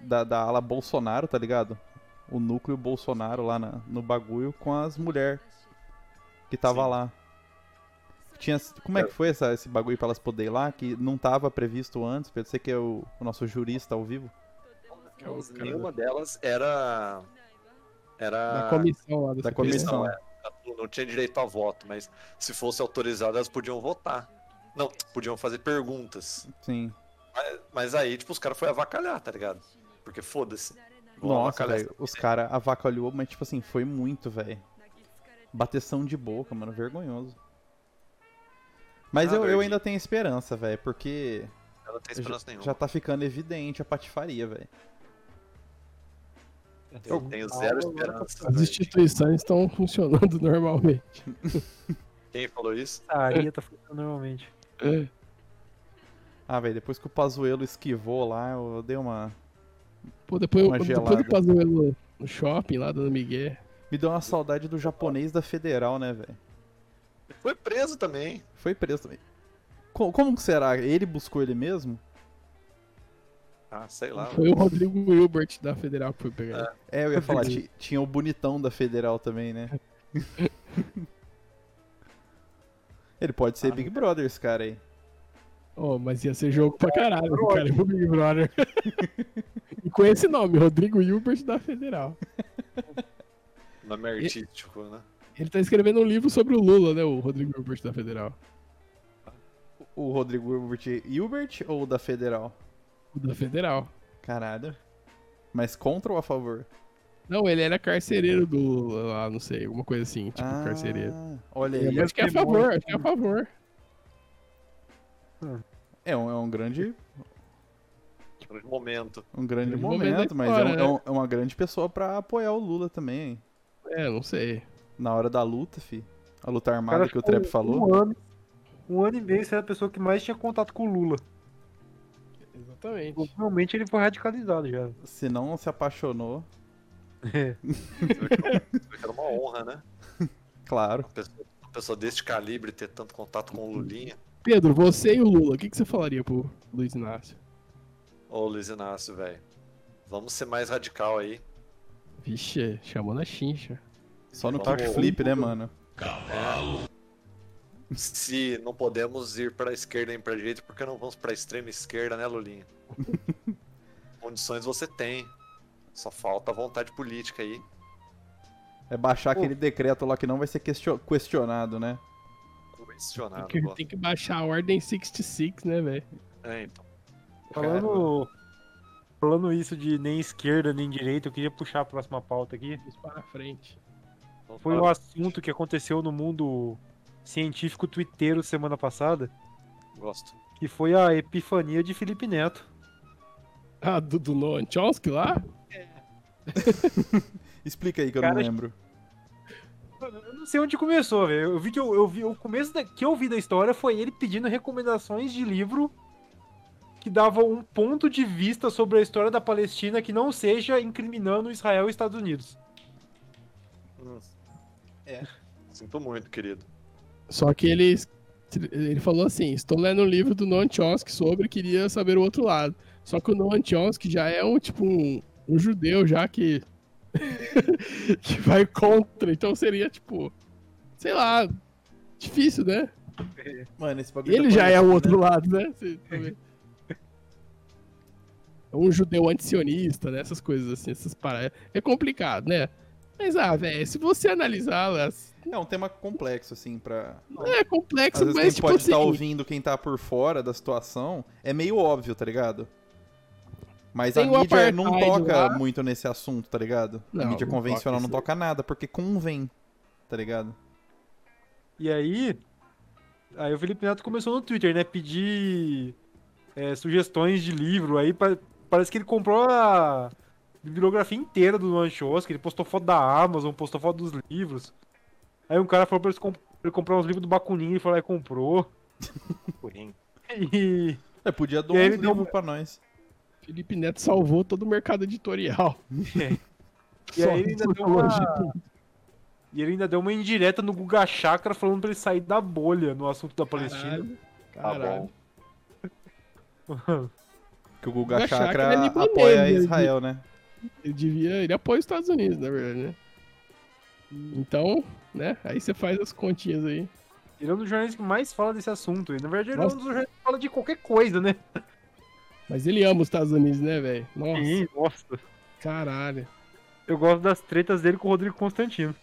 Speaker 3: da, da ala Bolsonaro, tá ligado? O núcleo Bolsonaro lá na- no bagulho com as mulheres que tava
Speaker 4: Sim.
Speaker 3: lá. Tinha, como é que foi essa- esse bagulho pra elas poderem ir lá? Que não tava previsto antes, pelo ser que é o, o nosso jurista ao vivo.
Speaker 1: cara
Speaker 4: Nenhuma delas era.
Speaker 1: Da
Speaker 4: Era.
Speaker 1: comissão lá do
Speaker 3: da
Speaker 1: CPI, né?
Speaker 3: comissão.
Speaker 4: é. Não tinha direito a voto, mas se fosse autorizado, elas podiam votar. Não, podiam fazer perguntas.
Speaker 3: Sim.
Speaker 4: Mas, mas aí, tipo, os caras foram avacalhar, tá ligado? Porque foda-se. Vão
Speaker 3: Nossa,
Speaker 4: avacalhar
Speaker 3: velho. Os caras avacalhou, mas tipo assim, foi muito, velho. Bateção de boca, mano. Vergonhoso. Mas eu,
Speaker 4: Ah,
Speaker 3: eu
Speaker 4: verdinho.
Speaker 3: ainda tenho esperança, velho, porque
Speaker 4: Eu não tenho
Speaker 3: já,
Speaker 4: esperança nenhuma.
Speaker 3: já tá ficando evidente a patifaria, velho.
Speaker 4: Eu tenho zero esperança.
Speaker 1: As
Speaker 4: velho.
Speaker 1: instituições estão funcionando [LAUGHS] normalmente.
Speaker 4: Quem falou isso?
Speaker 5: A areia tá funcionando normalmente.
Speaker 3: Ah, velho, depois que o Pazuelo esquivou lá, eu dei uma.
Speaker 1: Pô, depois,
Speaker 3: Uma
Speaker 1: eu- depois
Speaker 3: gelada.
Speaker 1: do Pazuello no shopping lá dando Miguel.
Speaker 3: Me deu uma saudade do japonês da federal, né, velho?
Speaker 4: Foi preso também.
Speaker 3: Foi preso também. Co- Como que será? Ele buscou ele mesmo?
Speaker 4: Ah, sei lá.
Speaker 1: Foi o Rodrigo Hilbert da Federal que foi pegar. ele.
Speaker 3: É, eu ia falar,
Speaker 1: Entendi.
Speaker 3: ti- tinha o bonitão da federal
Speaker 1: [LAUGHS]
Speaker 3: também, né? ele pode
Speaker 1: Ah.
Speaker 3: ser Big Brother, esse cara aí. É.
Speaker 1: Oh, mas ia ser jogo pra caralho, cara. O Big Brother. [LAUGHS] e com esse nome, Rodrigo Hilbert da Federal.
Speaker 4: Nome artístico, né?
Speaker 1: Ele tá escrevendo um livro sobre o Lula, né? O Rodrigo Hilbert da Federal.
Speaker 3: O Rodrigo Hilbert, Hilbert ou da federal?
Speaker 1: O da Federal.
Speaker 3: Caralho. Mas contra ou a favor?
Speaker 1: Não, ele era carcereiro do Lula lá, não sei, alguma coisa assim, tipo
Speaker 3: Ah.
Speaker 1: carcereiro.
Speaker 3: Olha aí.
Speaker 1: Eu acho que é a favor, acho que é a favor.
Speaker 3: É um, é um grande,
Speaker 4: Grande Momento.
Speaker 3: um grande
Speaker 1: Grande momento
Speaker 3: momento,
Speaker 1: da
Speaker 3: mas é,
Speaker 1: história, né?
Speaker 3: um- é um- é uma grande pessoa pra apoiar o Lula também. hein?
Speaker 1: É, não sei.
Speaker 3: Na hora da luta, fi. A luta armada que o
Speaker 5: ficou
Speaker 3: Trap falou.
Speaker 5: Um ano, um ano e meio sendo a pessoa que mais tinha contato com o Lula.
Speaker 1: Exatamente.
Speaker 5: Provavelmente ele foi radicalizado já.
Speaker 3: Se não se apaixonou,
Speaker 4: Você vê que era- você vê que era uma honra, né?
Speaker 3: claro.
Speaker 4: Uma pessoa, uma pessoa deste calibre ter tanto contato com o Lulinha.
Speaker 1: Pedro, você e o Lula, o que, que você falaria pro Luiz Inácio?
Speaker 4: Ô, Luiz Inácio, velho. Vamos ser mais radical aí.
Speaker 1: Vixe, chamou na chincha.
Speaker 3: Só no
Speaker 4: Vamos-
Speaker 3: kickflip, né, mano?
Speaker 4: Se não podemos ir para a esquerda nem para a direita, por que não vamos para a extrema esquerda, né, [LAUGHS] Lulinha? Condições você tem. Só falta vontade política aí.
Speaker 3: É baixar
Speaker 5: Pô.
Speaker 3: aquele decreto lá que não vai ser question- questionado, né?
Speaker 4: Questionado,
Speaker 1: Tem que,
Speaker 4: agora.
Speaker 1: tem que baixar a ordem 66, né, velho?
Speaker 4: É, então.
Speaker 5: Falando, falando isso de nem esquerda nem direita, eu queria puxar a próxima pauta aqui.
Speaker 1: Isso para frente.
Speaker 4: Então,
Speaker 5: Foi um
Speaker 4: fala-
Speaker 5: assunto que aconteceu no mundo científico twitteiro semana passada,
Speaker 4: Gosto.
Speaker 5: que foi a epifania de Felipe Neto.
Speaker 1: Ah, do, do Noam Chomsky lá?
Speaker 3: Explica aí que eu não
Speaker 5: Cara,
Speaker 3: lembro.
Speaker 5: Mano, Eu não sei onde começou, velho. Eu vi que eu, eu vi o começo da, que eu vi da história foi ele pedindo recomendações de livro que dava um ponto de vista sobre a história da Palestina que não seja incriminando Israel e Estados Unidos.
Speaker 4: Hum.
Speaker 3: É.
Speaker 4: Sinto muito, querido.
Speaker 1: Só que ele Ele falou assim: estou lendo um livro do Noam Chomsky sobre, queria saber o outro lado. Só que o Noam Chomsky já é um tipo um, um judeu já que [LAUGHS] que vai contra. Então seria tipo, sei lá, difícil, né?
Speaker 3: Mano, esse bagulho
Speaker 1: Ele
Speaker 3: tá
Speaker 1: já é o
Speaker 3: polêmico,
Speaker 1: outro
Speaker 3: né?
Speaker 1: lado, né? Você também. É um judeu antisionista, né? Essas coisas assim, essas paradas. É complicado, né? Mas, ah, velho, se você analisar, elas-
Speaker 3: É um tema complexo, assim, pra.
Speaker 1: é
Speaker 3: Às
Speaker 1: complexo,
Speaker 3: vezes
Speaker 1: mas
Speaker 3: quem
Speaker 1: tipo
Speaker 3: pode
Speaker 1: assim,
Speaker 3: estar ouvindo quem tá por fora da situação é meio óbvio, tá ligado? Mas
Speaker 1: Tem o
Speaker 3: a mídia não
Speaker 1: apartheid
Speaker 3: toca
Speaker 1: lá.
Speaker 3: muito nesse assunto, tá ligado? a
Speaker 1: Não,
Speaker 3: mídia
Speaker 1: não
Speaker 3: convencional
Speaker 1: toca isso
Speaker 3: não
Speaker 1: aí.
Speaker 3: toca nada, porque convém, tá ligado?
Speaker 5: E aí, aí o Felipe Neto começou no Twitter, né? Pedir é, sugestões de livro. Aí pa- parece que ele comprou a bibliografia inteira do Noam Chomsky. Ele postou foto da Amazon, postou foto dos livros. Aí um cara falou pra ele, comp- pra ele comprar uns livros do Bakunin. Ele foi lá e comprou. [LAUGHS] E
Speaker 3: É, podia dar
Speaker 5: E
Speaker 3: um
Speaker 5: aí ele deu
Speaker 3: livro
Speaker 5: uma-
Speaker 3: pra nós.
Speaker 1: Felipe Neto salvou todo o mercado editorial. É.
Speaker 5: E aí ele ainda deu uma-
Speaker 1: sociologia.
Speaker 5: E ele ainda deu uma indireta no Guga Chakra falando pra ele sair da bolha no assunto da Palestina.
Speaker 4: Tá
Speaker 1: Caralho.
Speaker 4: bom.
Speaker 3: Que o Guga
Speaker 1: Guga Chakra
Speaker 3: Chakra
Speaker 1: é libanês,
Speaker 3: apoia
Speaker 1: né?
Speaker 3: Israel, né?
Speaker 1: Ele devia. Ele apoia os Estados Unidos, na verdade, né? Então, né? Aí você faz as continhas aí.
Speaker 5: Ele é um dos jornalistas que mais fala desse assunto. E, na verdade, ele é um
Speaker 1: Nossa.
Speaker 5: dos jornalistas que fala de qualquer coisa, né?
Speaker 1: Mas ele ama os Estados Unidos, né, velho? Nossa,
Speaker 5: Sim, nossa.
Speaker 1: caralho.
Speaker 5: Eu gosto das tretas dele com o Rodrigo Constantino.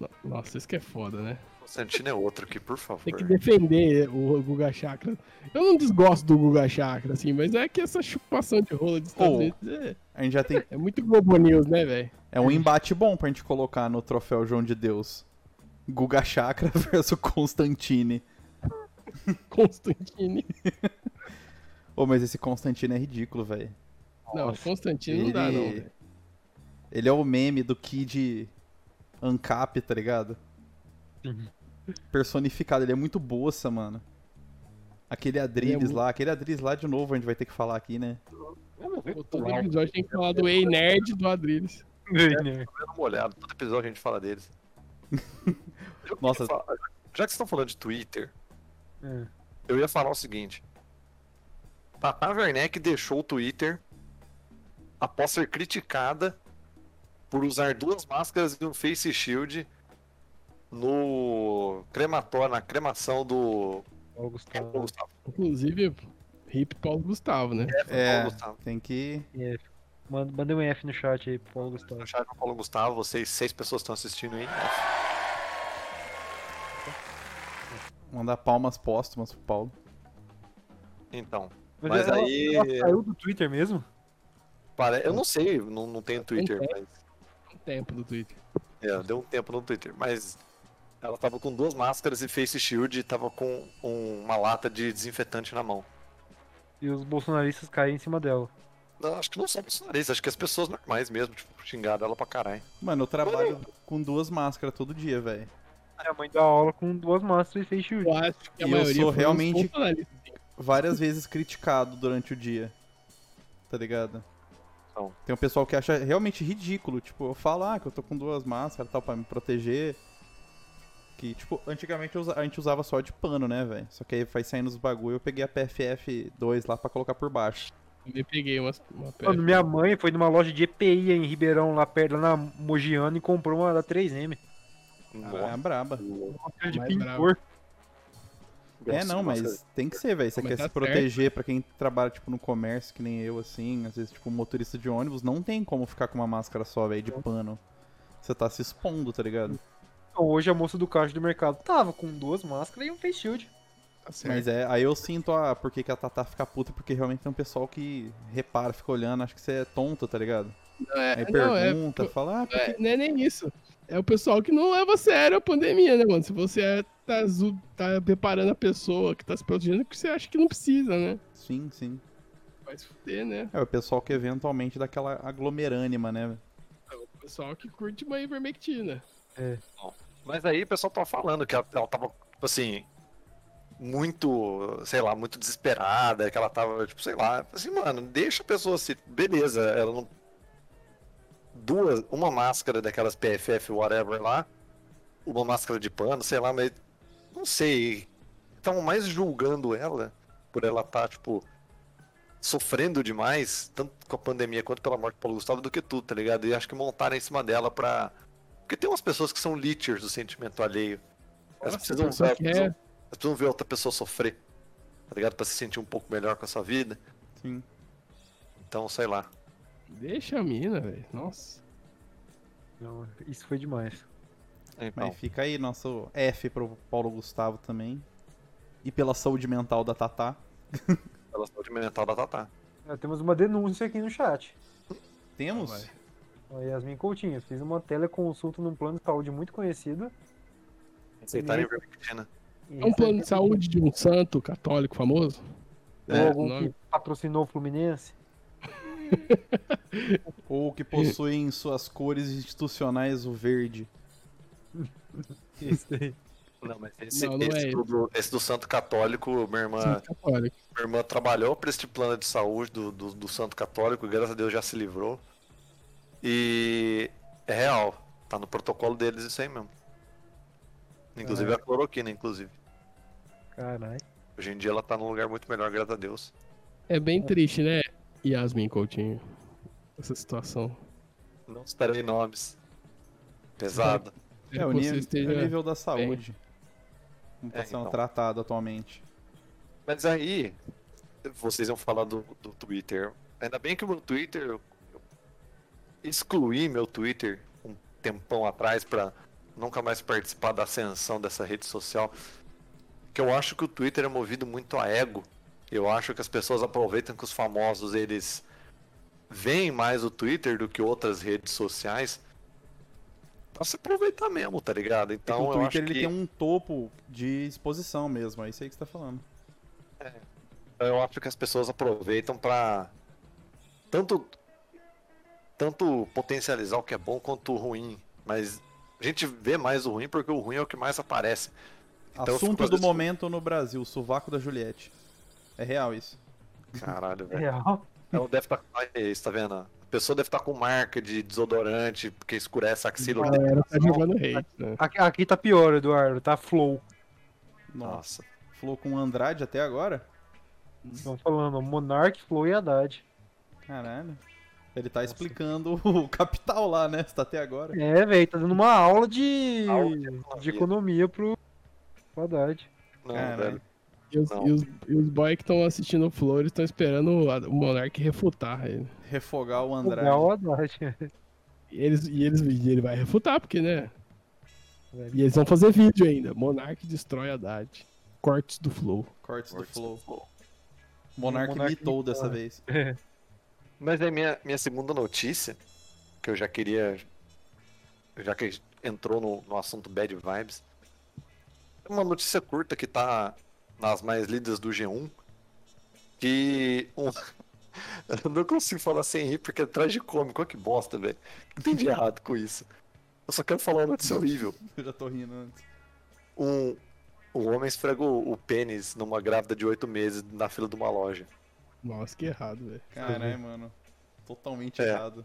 Speaker 1: No- Nossa, isso que é foda, né?
Speaker 4: Constantino é outro aqui, por favor.
Speaker 1: Tem que defender o Guga Chakra. Eu não desgosto do Guga Chakra, assim, mas é que essa chupação de rola dos Estados
Speaker 3: Ô.
Speaker 1: Unidos é,
Speaker 3: A gente já tem.
Speaker 1: é muito Globo News, né, velho? [LAUGHS]
Speaker 3: É um embate bom pra gente colocar no troféu João de Deus. Guga Chakra [LAUGHS] versus Constantine.
Speaker 1: Constantine.
Speaker 3: Ô, mas esse Constantine é ridículo, velho.
Speaker 1: Não, Constantine não dá, não. velho.
Speaker 3: Ele é o meme do Kid Ancap, tá ligado?
Speaker 1: Uhum.
Speaker 3: Personificado, ele é muito boça, mano. Aquele
Speaker 1: é
Speaker 3: Adriles
Speaker 1: muito-
Speaker 3: lá, aquele Adriles lá de novo a gente vai ter que falar aqui, né?
Speaker 1: Pô, Todo episódio tem que falar do Ei Nerd do Adriles.
Speaker 5: né?
Speaker 4: Dando uma olhada, todo episódio a gente fala deles. [LAUGHS] Eu queria
Speaker 3: Nossa.
Speaker 4: falar- já que vocês estão falando de Twitter,
Speaker 5: É.
Speaker 4: eu ia falar o seguinte. Tata Werneck deixou o Twitter após ser criticada por usar duas máscaras e um face shield no crematório, na cremação do
Speaker 5: Ó,
Speaker 4: Paulo
Speaker 5: Gustavo.
Speaker 4: Gustavo.
Speaker 1: Inclusive, hip Paulo Gustavo, né?
Speaker 3: É,
Speaker 4: Paulo Gustavo.
Speaker 3: tem que.
Speaker 5: Manda- Mandei um F no chat aí pro Paulo Gustavo.
Speaker 4: No chat do Paulo Gustavo, vocês seis pessoas estão assistindo aí.
Speaker 3: Mandar palmas póstumas pro Paulo.
Speaker 4: Então,
Speaker 5: Mas,
Speaker 4: Mas
Speaker 5: ela-
Speaker 4: aí-
Speaker 5: ela saiu do Twitter mesmo?
Speaker 4: pare... eu não sei, não, não tenho Twitter, mas
Speaker 1: Tempo do Twitter.
Speaker 4: É, deu um tempo no Twitter, mas ela tava com duas máscaras e face shield e tava com um- uma lata de desinfetante na mão.
Speaker 5: E os bolsonaristas caíram em cima dela.
Speaker 4: Não, acho que não só bolsonaristas, acho que as pessoas normais mesmo, tipo, xingaram ela pra caralho.
Speaker 3: Mano, eu trabalho com duas máscaras todo dia, velho.
Speaker 5: É a mãe da aula com duas masters e fez shield.
Speaker 1: Eu acho que a
Speaker 3: E eu
Speaker 1: maioria
Speaker 3: sou
Speaker 1: foram os
Speaker 3: realmente-
Speaker 1: bolsonaristas.
Speaker 3: Várias vezes criticado durante o dia. Tá ligado?
Speaker 4: Então.
Speaker 3: Tem um pessoal que acha realmente ridículo. Tipo, eu falo, ah, que eu tô com duas máscaras e tal pra me proteger. Que, tipo, antigamente eu usa- a gente usava só de pano, né, velho? Só que aí vai saindo os bagulho, eu peguei a PFF2 lá pra colocar por baixo.
Speaker 1: Eu peguei umas, uma
Speaker 4: É.
Speaker 5: Mano,
Speaker 1: pedra.
Speaker 5: minha mãe foi numa loja de EPI em Ribeirão, lá perto, lá na Mogiana, e comprou uma da 3M.
Speaker 4: Ah.
Speaker 3: É braba.
Speaker 5: Uma de
Speaker 1: Mais
Speaker 5: pintor.
Speaker 3: É, não,
Speaker 4: assim.
Speaker 3: mas tem que ser, velho. Você
Speaker 1: Mas
Speaker 3: quer
Speaker 1: tá
Speaker 3: se
Speaker 1: certo.
Speaker 3: proteger pra quem trabalha, tipo, no comércio, que nem eu, assim. Às vezes, tipo, motorista de ônibus, não tem como ficar com uma máscara só, velho, de pano. Você tá se expondo, tá ligado?
Speaker 5: Então, hoje a moça do caixa do mercado tava com duas máscaras e um face shield.
Speaker 1: Tá certo.
Speaker 3: Mas é, aí eu sinto a por que que a Tatá fica puta, porque realmente tem um pessoal que repara, fica olhando, acha que você é tonto, tá ligado?
Speaker 1: Não, é,
Speaker 3: Aí
Speaker 1: não, é-
Speaker 3: pergunta, fala, ah, por
Speaker 1: É, não é nem isso. É o pessoal que não leva a sério a pandemia, né, mano? Se você é- tá, zo- tá preparando a pessoa que tá se protegendo, que você acha que não precisa, né?
Speaker 3: que- sim, sim.
Speaker 1: Vai se fuder, né?
Speaker 3: É o pessoal que eventualmente dá aquela aglomerânima, né?
Speaker 1: É o pessoal que curte uma ivermectina.
Speaker 4: Mas aí o pessoal tava falando que ela, ela tava, tipo assim, muito, sei lá, muito desesperada, que ela tava, tipo, sei lá, assim, mano, deixa a pessoa se. Beleza, ela não. Duas, uma máscara daquelas PFF, whatever lá, uma máscara de pano, sei lá, mas. Não sei. estavam mais julgando ela por ela estar, tipo, sofrendo demais, tanto com a pandemia quanto pela morte do Paulo Gustavo, do que tudo, tá ligado? E acho que montaram em cima dela pra. Porque tem umas pessoas que são leechers do sentimento alheio. Elas
Speaker 1: Nossa,
Speaker 4: precisam,
Speaker 1: pessoa
Speaker 4: elas
Speaker 1: que
Speaker 4: precisam-
Speaker 1: é-
Speaker 4: elas precisam ver outra pessoa sofrer, tá ligado? Pra se sentir um pouco melhor com a sua vida.
Speaker 6: Sim.
Speaker 4: Então, sei lá.
Speaker 1: Deixa a mina, velho. Nossa.
Speaker 5: Não, Isso foi demais.
Speaker 4: Então,
Speaker 6: Mas fica aí nosso F pro Paulo Gustavo também. E pela saúde mental da Tatá.
Speaker 4: pela saúde mental da Tatá.
Speaker 5: Ah, temos uma denúncia aqui no chat.
Speaker 6: Temos?
Speaker 5: A Yasmin Coutinho fez uma teleconsulta num plano de saúde muito conhecido.
Speaker 4: Aceitarem vermectina.
Speaker 5: E
Speaker 1: É um plano de saúde de um santo católico famoso?
Speaker 5: Ou
Speaker 4: É,
Speaker 5: algum
Speaker 1: nome.
Speaker 5: que patrocinou o Fluminense.
Speaker 6: Ou que possui em suas cores institucionais o verde.
Speaker 5: Isso aí.
Speaker 4: Não, mas esse,
Speaker 1: Não, não
Speaker 4: esse
Speaker 1: é
Speaker 4: do, esse do Santo Católico, minha irmã,
Speaker 1: Santo católico.
Speaker 4: minha irmã trabalhou pra este plano de saúde do, do, do Santo Católico, e graças a Deus já se livrou. E é real, tá no protocolo deles isso aí mesmo. Inclusive
Speaker 1: É.
Speaker 4: a cloroquina, inclusive.
Speaker 5: Caralho.
Speaker 4: Hoje em dia ela tá num lugar muito melhor, graças a Deus.
Speaker 1: É bem triste, né, Yasmin Coutinho? Essa situação.
Speaker 4: Não citarei nomes. Pesado.
Speaker 6: É, o,
Speaker 1: Que
Speaker 6: nível,
Speaker 1: você esteja-
Speaker 6: é o nível da saúde. Como
Speaker 4: É,
Speaker 6: tá sendo
Speaker 4: então.
Speaker 6: tratado atualmente.
Speaker 4: Mas aí, vocês vão falar do, do Twitter. Ainda bem que o meu Twitter. Eu eu excluí meu Twitter um tempão atrás pra nunca mais participar da ascensão dessa rede social. Que eu acho que o Twitter é movido muito a ego. Eu acho que as pessoas aproveitam que os famosos eles veem mais o Twitter do que outras redes sociais pra se aproveitar mesmo, tá ligado?
Speaker 6: Porque
Speaker 4: Então
Speaker 6: É o
Speaker 4: eu acho
Speaker 6: Twitter ele
Speaker 4: que...
Speaker 6: tem um topo de exposição mesmo, é isso aí que você tá falando.
Speaker 4: Então, eu acho que as pessoas aproveitam pra tanto tanto potencializar o que é bom quanto o ruim, mas a gente vê mais o ruim porque o ruim é o que mais aparece. Então eu fico
Speaker 6: Assunto
Speaker 4: às
Speaker 6: do
Speaker 4: vezes-
Speaker 6: momento no Brasil, sovaco da Juliette. É real isso.
Speaker 5: [LAUGHS]
Speaker 4: Caralho, velho.
Speaker 5: é Real.
Speaker 4: Ela Então, deve estar com isso, tá vendo? A pessoa deve estar com marca de desodorante porque escurece a axila.
Speaker 1: A galera tá jogando hate, né?
Speaker 5: Aqui, aqui tá pior, Eduardo. Tá flow.
Speaker 6: Nossa.
Speaker 4: Nossa.
Speaker 6: Falou com o Andrade até agora?
Speaker 5: Estão falando Monark, Flow e Haddad.
Speaker 6: Caralho. Ele tá explicando [LAUGHS] o capital lá, né? Você tá até agora.
Speaker 5: É, velho. Tá dando uma aula de,
Speaker 4: Aula
Speaker 5: de economia pro, pro Haddad.
Speaker 4: Não,
Speaker 6: Caralho.
Speaker 4: velho.
Speaker 1: E os,
Speaker 4: Não.
Speaker 1: e os, e os boys que estão assistindo o Flores estão esperando a- o Monark refutar né? ele.
Speaker 6: Refogar o Andrade.
Speaker 5: Real [LAUGHS] Haddad.
Speaker 1: E, eles, e, eles, e ele vai refutar, porque, né?
Speaker 5: Velho.
Speaker 1: E eles vão fazer vídeo ainda. Monark destrói a Haddad. Cortes do Flow.
Speaker 6: Cortes do
Speaker 4: Cortes
Speaker 6: Flow. Monark
Speaker 5: Monark
Speaker 6: mitou
Speaker 5: mitou,
Speaker 6: dessa
Speaker 5: né?
Speaker 6: vez. [LAUGHS]
Speaker 4: Mas é minha, minha segunda notícia, que eu já queria. Já que entrou no, no assunto Bad Vibes. É uma notícia curta que tá nas mais lidas do G1. Que. Um... [LAUGHS] eu não consigo falar sem rir porque é tragicômico. Olha que bosta, velho. O que tem de errado com isso? Eu só quero falar uma notícia horrível.
Speaker 6: Eu já tô rindo antes.
Speaker 4: Um, um homem esfregou o pênis numa grávida de oito meses na fila de uma loja.
Speaker 1: Nossa, que errado, velho.
Speaker 6: Caralho, mano. Totalmente
Speaker 4: É.
Speaker 6: errado.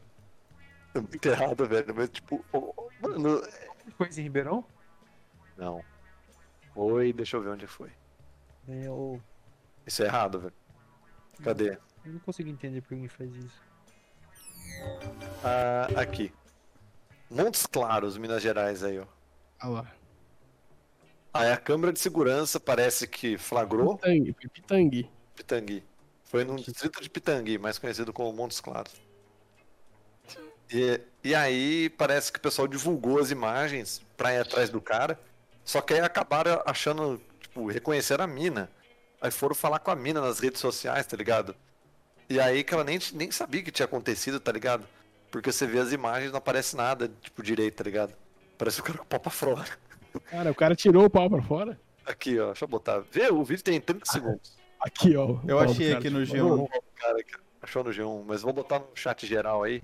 Speaker 4: É muito errado, velho. Mas, tipo, ô, ô, mano,
Speaker 5: Coisa em Ribeirão?
Speaker 4: Não. Foi, deixa eu ver onde foi.
Speaker 5: É, eu,
Speaker 4: Isso é errado, velho. Cadê?
Speaker 5: eu não consigo entender por que alguém faz isso.
Speaker 4: Ah, aqui. Montes Claros, Minas Gerais aí, ó.
Speaker 1: Olha lá.
Speaker 4: Aí a câmera de segurança parece que flagrou
Speaker 1: Pitangui, foi Pitangui.
Speaker 4: Pitangui. Foi num distrito de Pitangui, mais conhecido como Montes Claros. E, e aí parece que o pessoal divulgou as imagens pra ir atrás do cara. Só que aí acabaram achando, tipo, reconheceram a mina. Aí foram falar com a mina nas redes sociais, tá ligado? E aí que ela nem, nem sabia que tinha acontecido, tá ligado? Porque você vê as imagens não aparece nada, tipo, direito, tá ligado? Parece o cara com o pau pra fora. [LAUGHS]
Speaker 1: Cara, o cara tirou o pau pra fora.
Speaker 4: Aqui, ó, deixa eu botar. Vê, o vídeo tem 30 segundos.
Speaker 1: Aqui, ó. o
Speaker 6: Eu
Speaker 1: pau do
Speaker 6: achei
Speaker 1: cara
Speaker 6: aqui
Speaker 1: de
Speaker 6: no
Speaker 1: fora.
Speaker 6: G1.
Speaker 4: Não, cara, que achou no G1, mas vou botar no chat geral aí.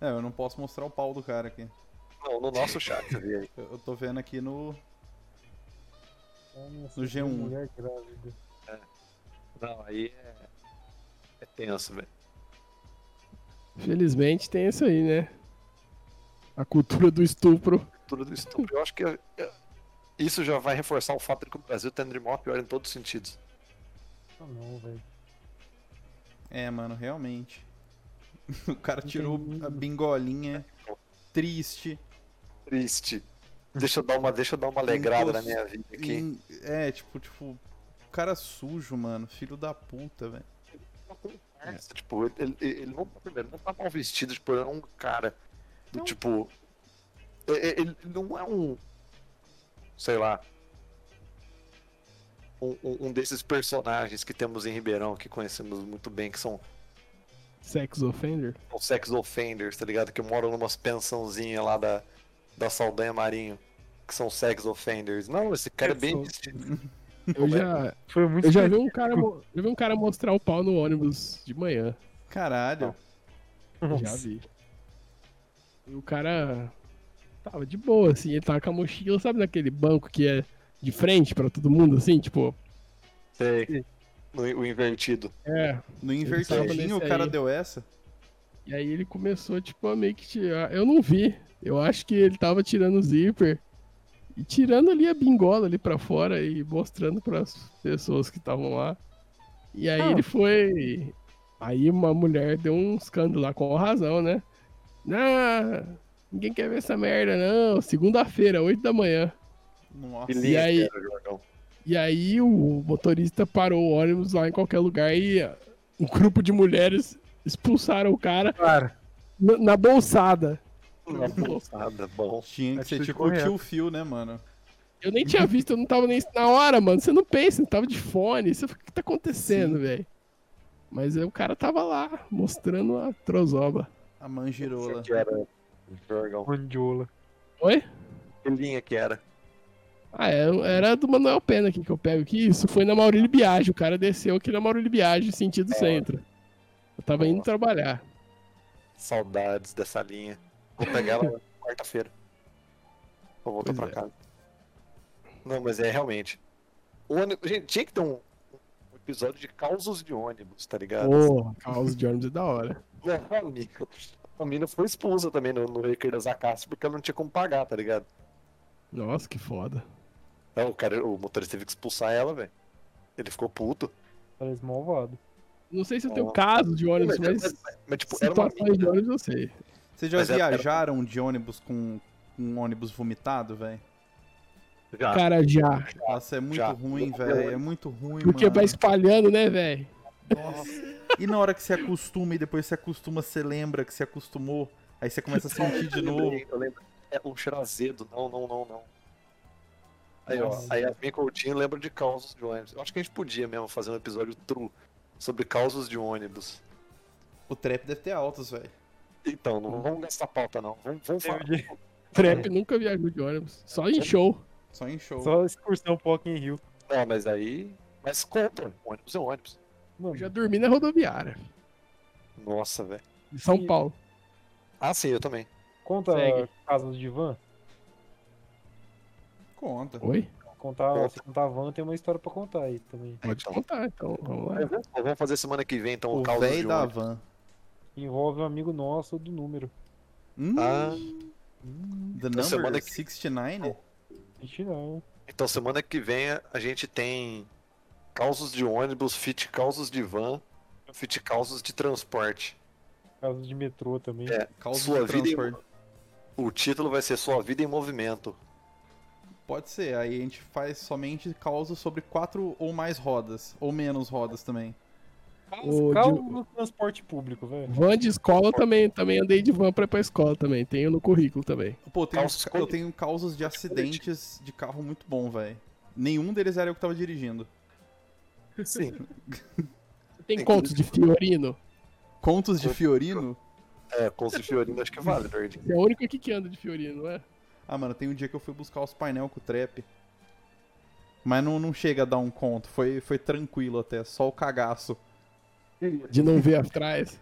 Speaker 6: É, eu não posso mostrar o pau do cara aqui.
Speaker 4: Não, no nosso chat, vê aí.
Speaker 6: Eu eu tô vendo aqui no.
Speaker 5: Ah, nossa,
Speaker 6: No
Speaker 5: tem uma
Speaker 6: G1.
Speaker 5: Mulher grávida.
Speaker 4: Não, aí é. É tenso, velho.
Speaker 6: um.
Speaker 1: Felizmente tem isso aí, né? A cultura do estupro.
Speaker 4: Tudo do estupro. Eu acho que. é- é- Isso já vai reforçar o fato de que o Brasil tá entre o maior pior em todos os sentidos.
Speaker 5: Ah, não, velho.
Speaker 3: É, mano, realmente. [LAUGHS] O cara
Speaker 5: Não
Speaker 3: tirou
Speaker 5: tem
Speaker 3: a
Speaker 5: nível.
Speaker 3: bingolinha. Triste.
Speaker 4: Triste. Deixa eu dar uma, deixa eu dar uma alegrada na
Speaker 3: Imposs-
Speaker 4: minha vida aqui.
Speaker 3: Em- É, tipo, tipo. Cara sujo, mano. Filho da puta, velho.
Speaker 4: Tipo, ele, ele, ele não, primeiro, não tá mal vestido, tipo, ele é um cara. do Tipo. é- é- Ele, não é um. Sei lá. Um, um- um desses personagens que temos em Ribeirão, que conhecemos muito bem, que são
Speaker 1: Sex offender?
Speaker 4: os sex offenders, tá ligado? Que moram numas pensãozinhas lá da, da Saldanha Marinho, que são sex offenders. Não, esse cara é bem
Speaker 1: Sex
Speaker 4: vestido.
Speaker 1: Eu já,
Speaker 5: Foi muito
Speaker 1: eu já
Speaker 5: [LAUGHS]
Speaker 1: vi um cara, mo- eu vi um cara mostrar o pau no ônibus de manhã.
Speaker 3: Caralho.
Speaker 1: Já vi. E o cara tava de boa, assim, ele tava com a mochila, sabe naquele banco que é de frente pra todo mundo, assim, tipo,
Speaker 4: Sei. O, o invertido.
Speaker 1: é. tava
Speaker 3: No
Speaker 1: nesse
Speaker 3: invertidinho o cara
Speaker 1: aí.
Speaker 3: deu essa.
Speaker 1: E aí ele começou, tipo, a meio que tirar. Eu não vi. Eu acho que ele tava tirando o zíper e tirando ali a bingola ali pra fora e mostrando pras pessoas que estavam lá. E aí
Speaker 5: Ah.
Speaker 1: ele foi. Aí uma mulher deu um escândalo lá com razão, né? Ah, ninguém quer ver essa merda, não. Segunda-feira, 8 da manhã.
Speaker 3: Nossa.
Speaker 4: Que lindo
Speaker 1: aí-
Speaker 4: que era o Jorgão.
Speaker 1: E aí o motorista parou o ônibus lá em qualquer lugar e um grupo de mulheres expulsaram o cara
Speaker 5: Cara,
Speaker 1: na na bolsada. Hum.
Speaker 4: Nada bom.
Speaker 3: Tinha que ser
Speaker 5: Atitude
Speaker 3: tipo
Speaker 5: correta.
Speaker 3: o tio Phil, né, mano?
Speaker 1: Eu nem tinha visto, eu não tava nem na hora, mano. Você não pensa, não tava de fone. Você fica, o que tá acontecendo, velho? Mas aí o cara tava lá, mostrando a trozoba.
Speaker 3: A mangirola.
Speaker 4: Que era o Jorgão.
Speaker 5: mandiola.
Speaker 1: Oi?
Speaker 4: Que linha que era.
Speaker 1: Ah, era, era do Manuel Pena aqui que eu pego aqui. Isso foi na Maurílio Biagi. O cara desceu aqui na Maurílio Biagi, sentido centro. Eu tava indo trabalhar.
Speaker 4: Saudades dessa linha. Vou pegar ela [LAUGHS] quarta-feira. Vou voltar
Speaker 1: Pois
Speaker 4: pra
Speaker 1: é.
Speaker 4: casa. Não, mas é realmente. O ônibus. Gente, tinha que ter um um episódio de causos de ônibus, tá ligado?
Speaker 1: Porra, caos de ônibus é da hora.
Speaker 4: É, amigo. A mina foi expulsa também no, no Requer das Acácias porque ela não tinha como pagar, tá ligado?
Speaker 1: Nossa, que foda.
Speaker 4: Não, o, cara, o motorista teve que expulsar ela, velho. Ele ficou puto.
Speaker 5: Parece malvado.
Speaker 1: Não sei se eu tenho caso de ônibus,
Speaker 4: Mas,
Speaker 1: mas
Speaker 4: mas, tipo, era uma
Speaker 1: situações de
Speaker 4: mina.
Speaker 1: ônibus eu sei.
Speaker 3: Vocês já
Speaker 4: Mas é-
Speaker 3: viajaram de ônibus com com um ônibus vomitado, velho?
Speaker 4: Já,
Speaker 1: Cara, já.
Speaker 3: Nossa, é muito
Speaker 4: Já.
Speaker 3: ruim,
Speaker 4: Já.
Speaker 3: velho. É muito ruim,
Speaker 1: Porque
Speaker 3: mano.
Speaker 1: vai espalhando, né, velho?
Speaker 3: Nossa. E na hora que você acostuma e depois você acostuma, você lembra que você acostumou. Aí você começa a sentir de
Speaker 4: Eu [LAUGHS]
Speaker 3: novo.
Speaker 4: lembrei, eu lembro. É um cheiro azedo. Não, não, não, não. Aí,
Speaker 5: Nossa.
Speaker 4: ó. Aí a Yasmin Coutinho lembra de causos de ônibus. Eu acho que a gente podia mesmo fazer um episódio true sobre causos de ônibus.
Speaker 3: O trap deve ter altos, velho.
Speaker 4: Então, não vamos gastar pauta, não. Vamos, vamos falar.
Speaker 1: [LAUGHS] Trap nunca viajou de ônibus. Só
Speaker 4: É.
Speaker 1: em show.
Speaker 3: Só em show.
Speaker 5: [LAUGHS] Só excursão pro Rock in Rio.
Speaker 4: Não, mas aí. Mas conta. Ônibus é ônibus.
Speaker 5: Mano,
Speaker 1: Eu já dormi na rodoviária.
Speaker 4: Nossa, velho.
Speaker 1: De São
Speaker 5: E-
Speaker 1: Paulo.
Speaker 4: Ah, sim, eu também.
Speaker 5: conta
Speaker 1: Segue.
Speaker 5: casos de van.
Speaker 3: Conta.
Speaker 1: Oi?
Speaker 5: Contar,
Speaker 4: Conta.
Speaker 5: se contar van, tem uma história pra contar aí também.
Speaker 1: Pode
Speaker 4: Então.
Speaker 1: contar, então. Vamos lá.
Speaker 4: Vamos vamos fazer semana que vem, então, o,
Speaker 3: O
Speaker 4: causo
Speaker 3: véi
Speaker 4: de
Speaker 3: da
Speaker 4: ônibus.
Speaker 3: van.
Speaker 5: Envolve um amigo nosso do número.
Speaker 3: Hum,
Speaker 4: Ah,
Speaker 3: the
Speaker 4: semana
Speaker 3: number
Speaker 4: que-
Speaker 3: 69?
Speaker 5: Gente, não.
Speaker 4: então, semana que vem a gente tem causos de ônibus, fit causos de van, fit causos de transporte.
Speaker 5: Casos de metrô também.
Speaker 4: É,
Speaker 3: Causa
Speaker 4: Sua
Speaker 3: de
Speaker 4: vida em-
Speaker 3: transporte.
Speaker 4: O título vai ser Sua Vida em Movimento.
Speaker 3: Pode ser. Aí a gente faz somente causa sobre quatro ou mais rodas. Ou menos rodas também.
Speaker 1: Ô,
Speaker 5: Caso
Speaker 1: Diogo.
Speaker 5: no transporte público, velho.
Speaker 1: Van de escola também. Também andei de van pra ir pra escola também. Tenho no currículo também.
Speaker 3: Pô, tem
Speaker 4: Causos
Speaker 3: uns-
Speaker 4: com-
Speaker 3: eu tenho causos de acidentes de carro muito bom, velho. Nenhum deles era eu que tava dirigindo.
Speaker 4: Sim.
Speaker 1: Você tem
Speaker 4: Tem
Speaker 1: contos de Fiorino?
Speaker 3: Contos de Fiorino?
Speaker 4: É, com os Fiorino acho que vale, né? Nerd.
Speaker 1: Você é o único aqui que anda de Fiorino, não é?
Speaker 3: Ah, mano, tem um dia que eu fui buscar os painel com o trap. Mas não, não chega a dar um conto. Foi, foi tranquilo até, só o cagaço.
Speaker 1: De não ver
Speaker 4: [LAUGHS]
Speaker 1: atrás.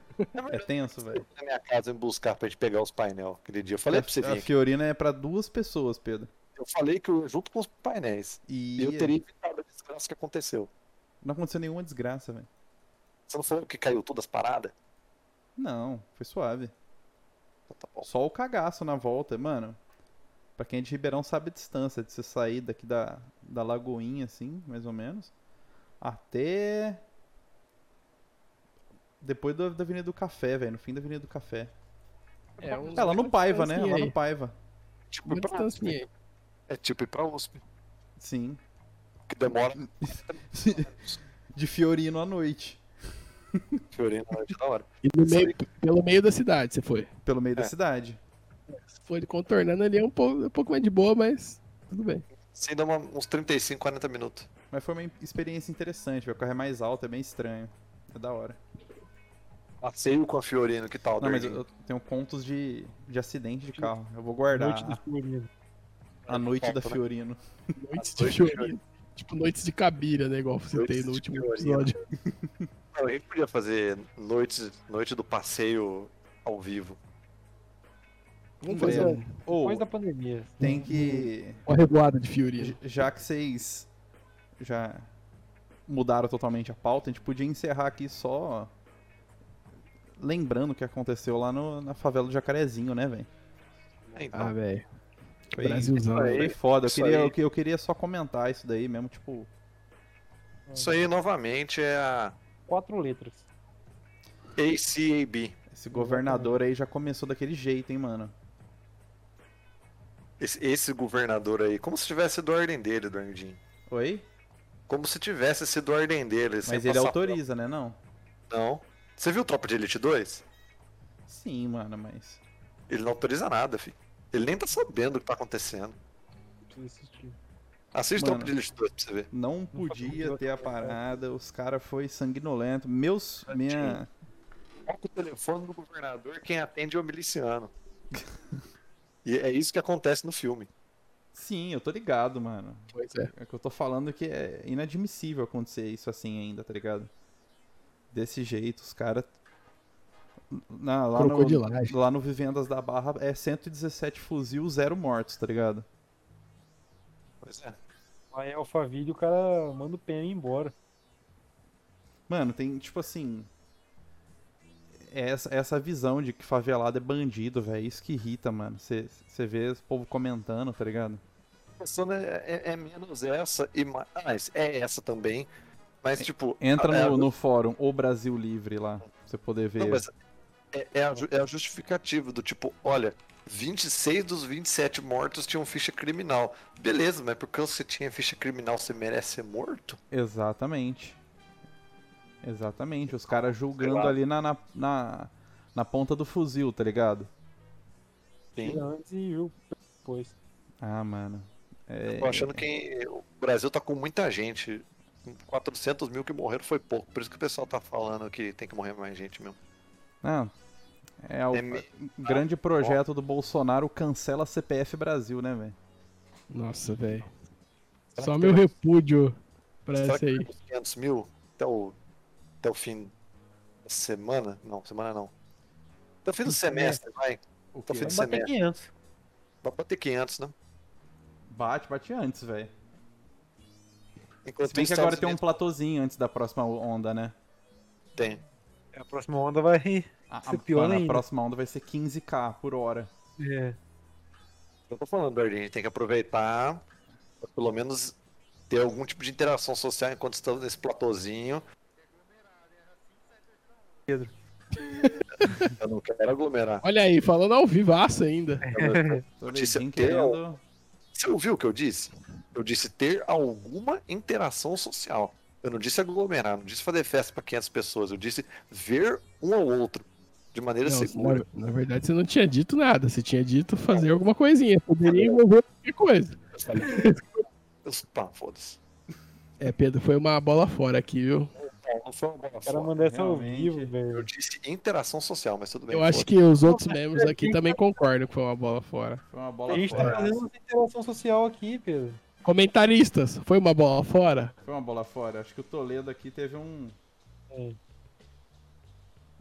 Speaker 3: É tenso, velho.
Speaker 4: Na minha casa eu me buscar pra gente pegar os painel aquele dia. Eu falei pra você
Speaker 3: A,
Speaker 4: vir
Speaker 3: a
Speaker 4: aqui.
Speaker 3: Fiorina é pra duas pessoas, Pedro.
Speaker 4: Eu falei que eu junto com os painéis.
Speaker 3: E
Speaker 4: Eu teria evitado a desgraça que aconteceu.
Speaker 3: não aconteceu nenhuma desgraça, velho.
Speaker 4: Você não falou que caiu todas as paradas?
Speaker 3: Não, foi suave.
Speaker 4: Então tá bom.
Speaker 3: Só o cagaço na volta, mano. Pra Pra quem é de Ribeirão sabe a distância, de você sair daqui da, da Lagoinha, assim, mais ou menos, até. Depois da da Avenida do Café, velho, no fim da Avenida do Café.
Speaker 1: É, uns-
Speaker 3: É, lá no Paiva, né?
Speaker 1: distancinha
Speaker 3: Lá
Speaker 1: aí.
Speaker 3: no Paiva.
Speaker 4: Tipo, ir
Speaker 1: Uma
Speaker 4: pra
Speaker 1: distancinha
Speaker 4: USP.
Speaker 1: aí.
Speaker 4: É tipo ir pra USP.
Speaker 3: Sim. [LAUGHS]
Speaker 4: Que demora. né,
Speaker 3: de Fiorino à noite.
Speaker 4: Fiorino é da hora.
Speaker 1: E no meio- pelo meio da cidade você foi.
Speaker 3: Pelo meio da
Speaker 4: É.
Speaker 3: cidade.
Speaker 1: Você foi contornando ali é um pouco, um pouco mais de boa, mas tudo bem.
Speaker 4: Sim, dá uma- uns 35, 40 minutos.
Speaker 3: Mas foi uma experiência interessante, velho. O carro é mais alto, é bem estranho. É da hora.
Speaker 4: Passeio com a Fiorino, que tal?
Speaker 3: Não, mas eu
Speaker 4: Berlim?
Speaker 3: eu tenho contos de, de acidente de carro. Eu vou guardar
Speaker 5: Noite do Fiorino.
Speaker 3: a noite da
Speaker 4: Ponto, né?
Speaker 3: Fiorino.
Speaker 1: Noites
Speaker 4: As
Speaker 1: de
Speaker 4: noites de
Speaker 1: chorinho. Tipo, noites de cabira, né? Igual você
Speaker 4: Noites
Speaker 1: tem no
Speaker 4: de
Speaker 1: último
Speaker 4: chorinho.
Speaker 1: episódio.
Speaker 4: Não, a gente podia fazer noites, noite do passeio ao vivo.
Speaker 1: Vamos
Speaker 3: Pois
Speaker 1: fazer
Speaker 3: é.
Speaker 1: uma,
Speaker 3: Ou
Speaker 5: Depois da pandemia.
Speaker 3: tem que.
Speaker 1: uma revoada de Fiorino.
Speaker 3: j- Já que vocês já mudaram totalmente a pauta, a gente podia encerrar aqui só lembrando o que aconteceu lá no- na favela do Jacarezinho, né, velho?
Speaker 4: É, então,
Speaker 1: Ah, velho.
Speaker 3: Foi-
Speaker 1: Brasilzão.
Speaker 4: Isso aí.
Speaker 3: Foi foda. Eu
Speaker 4: Isso
Speaker 3: queria,
Speaker 4: aí.
Speaker 3: eu que- eu queria só comentar isso daí mesmo, tipo.
Speaker 4: isso aí, novamente, é a
Speaker 5: Quatro letras.
Speaker 4: ACAB.
Speaker 3: Esse governador aí já começou daquele jeito, hein, mano?
Speaker 4: Esse, esse governador aí, como se tivesse sido ordem dele, Dorndim.
Speaker 3: Oi?
Speaker 4: Como se tivesse sido ordem dele. sem
Speaker 3: Mas ele
Speaker 4: passar-
Speaker 3: autoriza, né, não?
Speaker 4: Não. Você viu Tropa de Elite 2?
Speaker 3: Sim, mano, mas.
Speaker 4: Ele não autoriza nada, filho. Ele nem tá sabendo o que tá acontecendo.
Speaker 5: Preciso assistir.
Speaker 4: Assiste
Speaker 3: Mano.
Speaker 4: Tropa de Elite 2 pra você ver.
Speaker 3: Não
Speaker 5: Não faço
Speaker 3: podia
Speaker 5: ideia
Speaker 3: ter a
Speaker 5: do que é.
Speaker 3: parada, os caras foi sanguinolento. Meus. Minha.
Speaker 4: Toca o telefone do governador, quem atende é
Speaker 3: [LAUGHS]
Speaker 4: o miliciano. e é isso que acontece no filme.
Speaker 3: Sim, eu tô ligado, mano.
Speaker 1: Pois é.
Speaker 3: É que eu tô falando que é inadmissível acontecer isso assim ainda, tá ligado? Desse jeito, os caras. Lá, no,
Speaker 1: Crocodilagem.
Speaker 3: lá no Vivendas da Barra é 117 fuzil, zero mortos, tá ligado?
Speaker 4: Pois é.
Speaker 5: Aí é Alphaville, o cara manda o PM embora.
Speaker 3: Mano, tem, tipo assim. Essa, essa visão de que favelado é bandido, velho. Isso que irrita, mano. Você vê o povo comentando, tá ligado?
Speaker 4: A questão é, é- é menos essa e mais. É essa também. Mas, tipo.
Speaker 3: Entra
Speaker 4: é,
Speaker 3: no, no fórum O Brasil Livre lá, pra você poder ver.
Speaker 4: Não, mas é, é a, ju- é a justificativa do tipo, olha, 26 dos 27 mortos tinham ficha criminal. Beleza, mas porque você tinha ficha criminal, você merece ser morto?
Speaker 3: Exatamente. Exatamente. Os caras julgando
Speaker 4: lá.
Speaker 3: ali na, na, na, na ponta do fuzil, tá ligado?
Speaker 5: Tira Antes e viu depois.
Speaker 3: Ah, mano. É,
Speaker 4: Tô achando que o Brasil tá com muita gente. 400 mil que morreram foi pouco. Por isso que o pessoal tá falando que tem que morrer mais gente mesmo.
Speaker 3: Ah, é o
Speaker 4: É me-
Speaker 3: grande projeto do Bolsonaro cancela CPF Brasil, né, velho?
Speaker 1: Nossa, velho.
Speaker 4: Será
Speaker 1: Só
Speaker 4: que
Speaker 1: meu
Speaker 4: tem-
Speaker 1: repúdio pra
Speaker 4: Será
Speaker 1: essa
Speaker 4: que
Speaker 1: aí.
Speaker 4: tem uns 500 mil até o, até o fim da semana? Não, semana não. Até o fim do semestre, vai. Até o fim do
Speaker 5: Bater
Speaker 4: semestre.
Speaker 5: 500.
Speaker 4: Vai bater 500, né?
Speaker 3: Bate, bate antes, velho.
Speaker 4: Enquanto
Speaker 3: Se bem
Speaker 4: os
Speaker 3: que agora
Speaker 4: Estados
Speaker 3: tem um
Speaker 4: Unidos
Speaker 3: platôzinho antes da próxima onda, né?
Speaker 4: tem.
Speaker 5: A próxima onda vai.
Speaker 3: A,
Speaker 5: Isso é pior
Speaker 3: Ah, mano, a
Speaker 5: ainda.
Speaker 3: próxima onda vai ser 15k por hora.
Speaker 5: É.
Speaker 4: Eu tô falando, Berlim, a gente tem que aproveitar pra pelo menos ter algum tipo de interação social enquanto estamos nesse platôzinho.
Speaker 5: Pedro.
Speaker 4: [LAUGHS] Eu não quero aglomerar.
Speaker 1: Olha aí, falando ao vivaço ainda.
Speaker 3: Tô
Speaker 4: Notícia
Speaker 3: ligado,
Speaker 4: teu.
Speaker 3: querendo-
Speaker 4: Você ouviu o que eu disse? Eu disse ter alguma interação social. Eu não disse aglomerar, não disse fazer festa pra 500 pessoas, eu disse ver um ao outro de maneira
Speaker 1: Não,
Speaker 4: segura.
Speaker 1: na, na verdade, você não tinha dito nada. Você tinha dito
Speaker 4: É.
Speaker 1: fazer alguma coisinha. Poderia envolver qualquer coisa.
Speaker 4: Eu, pá, foda-se.
Speaker 1: É, Pedro, foi uma bola fora aqui, viu?
Speaker 4: Não foi uma bola
Speaker 5: O cara
Speaker 4: fora.
Speaker 5: manda essa ao
Speaker 3: realmente.
Speaker 5: vivo, velho.
Speaker 4: Eu disse interação social, mas tudo bem.
Speaker 1: Eu acho
Speaker 4: foda-se.
Speaker 1: que os outros membros aqui também concordam que foi uma bola fora.
Speaker 3: Foi uma
Speaker 5: A
Speaker 3: bola
Speaker 5: gente tá
Speaker 3: fora.
Speaker 5: fazendo essa interação social aqui, Pedro.
Speaker 1: Comentaristas, foi uma bola fora?
Speaker 3: Foi uma bola fora. Acho que o Toledo aqui teve um.
Speaker 5: É.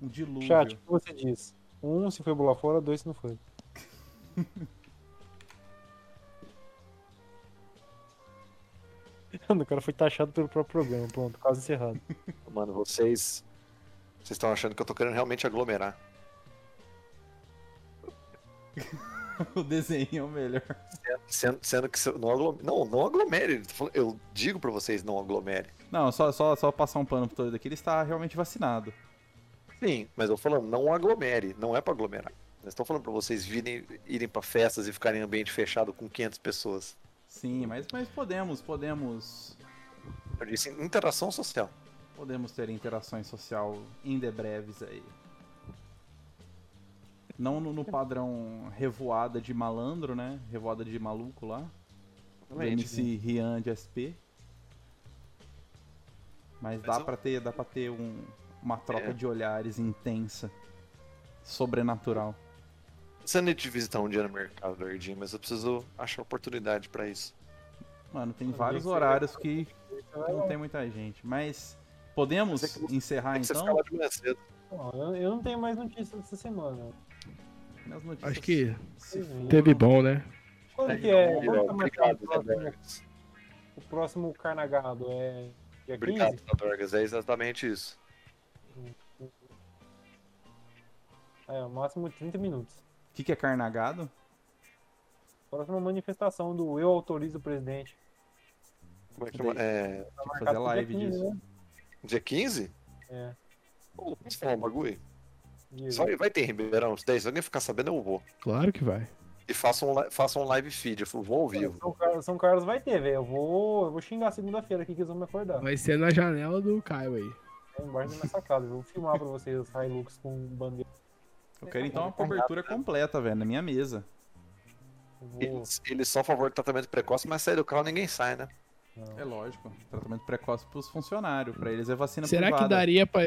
Speaker 3: Um dilúvio.
Speaker 5: Chat, o que você diz? Um se foi bola fora, dois se não foi. Mano, [LAUGHS] o cara foi taxado pelo próprio programa. Pronto, caso encerrado.
Speaker 4: Mano, vocês. Vocês estão achando que eu tô querendo realmente aglomerar.
Speaker 3: [LAUGHS] o desenho é o melhor.
Speaker 4: Sendo, sendo que se- não aglomere. Não, não aglomere. Eu digo pra vocês, não aglomere.
Speaker 3: Não, só, só, só passar um pano pro Toledo aqui, ele está realmente vacinado.
Speaker 4: Sim, mas eu tô falando, não aglomere, não é pra aglomerar. Eu estou falando pra vocês virem, irem pra festas e ficarem em ambiente fechado com 500 pessoas.
Speaker 3: Sim, mas, mas podemos, podemos.
Speaker 4: Eu disse interação social.
Speaker 3: Podemos ter interações social em de breves aí. Não no,
Speaker 1: Tá.
Speaker 3: no padrão revoada de malandro, né? Revoada de maluco lá. Do MC Rian de SP. Mas, dá
Speaker 4: eu-
Speaker 3: pra ter, dá pra ter um- uma troca
Speaker 4: É.
Speaker 3: de olhares intensa. Sobrenatural.
Speaker 4: Você não te visitar um dia no mercado, Verdinho, mas eu preciso achar oportunidade pra isso.
Speaker 3: Mano, tem
Speaker 5: Também
Speaker 3: vários
Speaker 1: é
Speaker 5: sei.
Speaker 3: horários que não tem muita gente. Mas podemos
Speaker 4: Mas é que você-
Speaker 3: encerrar
Speaker 4: Tem que você ficar
Speaker 3: então?
Speaker 4: lá de manhã cedo.
Speaker 5: Bom, eu, eu não tenho mais notícias dessa semana.
Speaker 3: Minhas notícias
Speaker 1: Acho que
Speaker 3: se foram.
Speaker 1: teve bom, né?
Speaker 5: Quando que é?
Speaker 4: Então,
Speaker 5: Quando tá marcado
Speaker 4: Obrigado,
Speaker 5: o próximo,
Speaker 4: Zadorgas.
Speaker 5: o próximo carnagado? É dia 15?
Speaker 4: Obrigado, Zadorgas. É exatamente isso.
Speaker 5: É, o máximo 30 minutos.
Speaker 3: O que, que é carnagado?
Speaker 5: Próxima manifestação do Eu Autorizo o Presidente.
Speaker 4: Como é que chama? É,
Speaker 3: Tem que fazer
Speaker 5: Marcado pro dia
Speaker 3: live
Speaker 5: 15,
Speaker 3: disso.
Speaker 5: né?
Speaker 4: dia 15?
Speaker 5: É.
Speaker 4: Pô, Posso falar um bagulho?
Speaker 5: Diga.
Speaker 4: Só vai ter em Ribeirão os 10. Se alguém ficar sabendo, eu vou.
Speaker 1: Claro que vai.
Speaker 4: E faça um, li- faça um live feed. Eu vou ao vivo.
Speaker 5: São Carlos, São Carlos vai ter, velho. Eu vou, eu vou xingar segunda-feira aqui que eles vão me acordar.
Speaker 1: Vai ser na janela do Caio aí.
Speaker 5: É embaixo da minha sacada. Eu vou filmar pra vocês os Hilux com bandeira.
Speaker 3: Eu quero então uma cobertura completa, velho, na minha mesa.
Speaker 5: Eu vou...
Speaker 4: Eles, eles são a favor do tratamento precoce, mas sair do carro ninguém sai, né?
Speaker 3: É lógico. Tratamento precoce pros funcionários. Pra eles é vacina
Speaker 1: Será
Speaker 3: privada.
Speaker 1: que daria pra,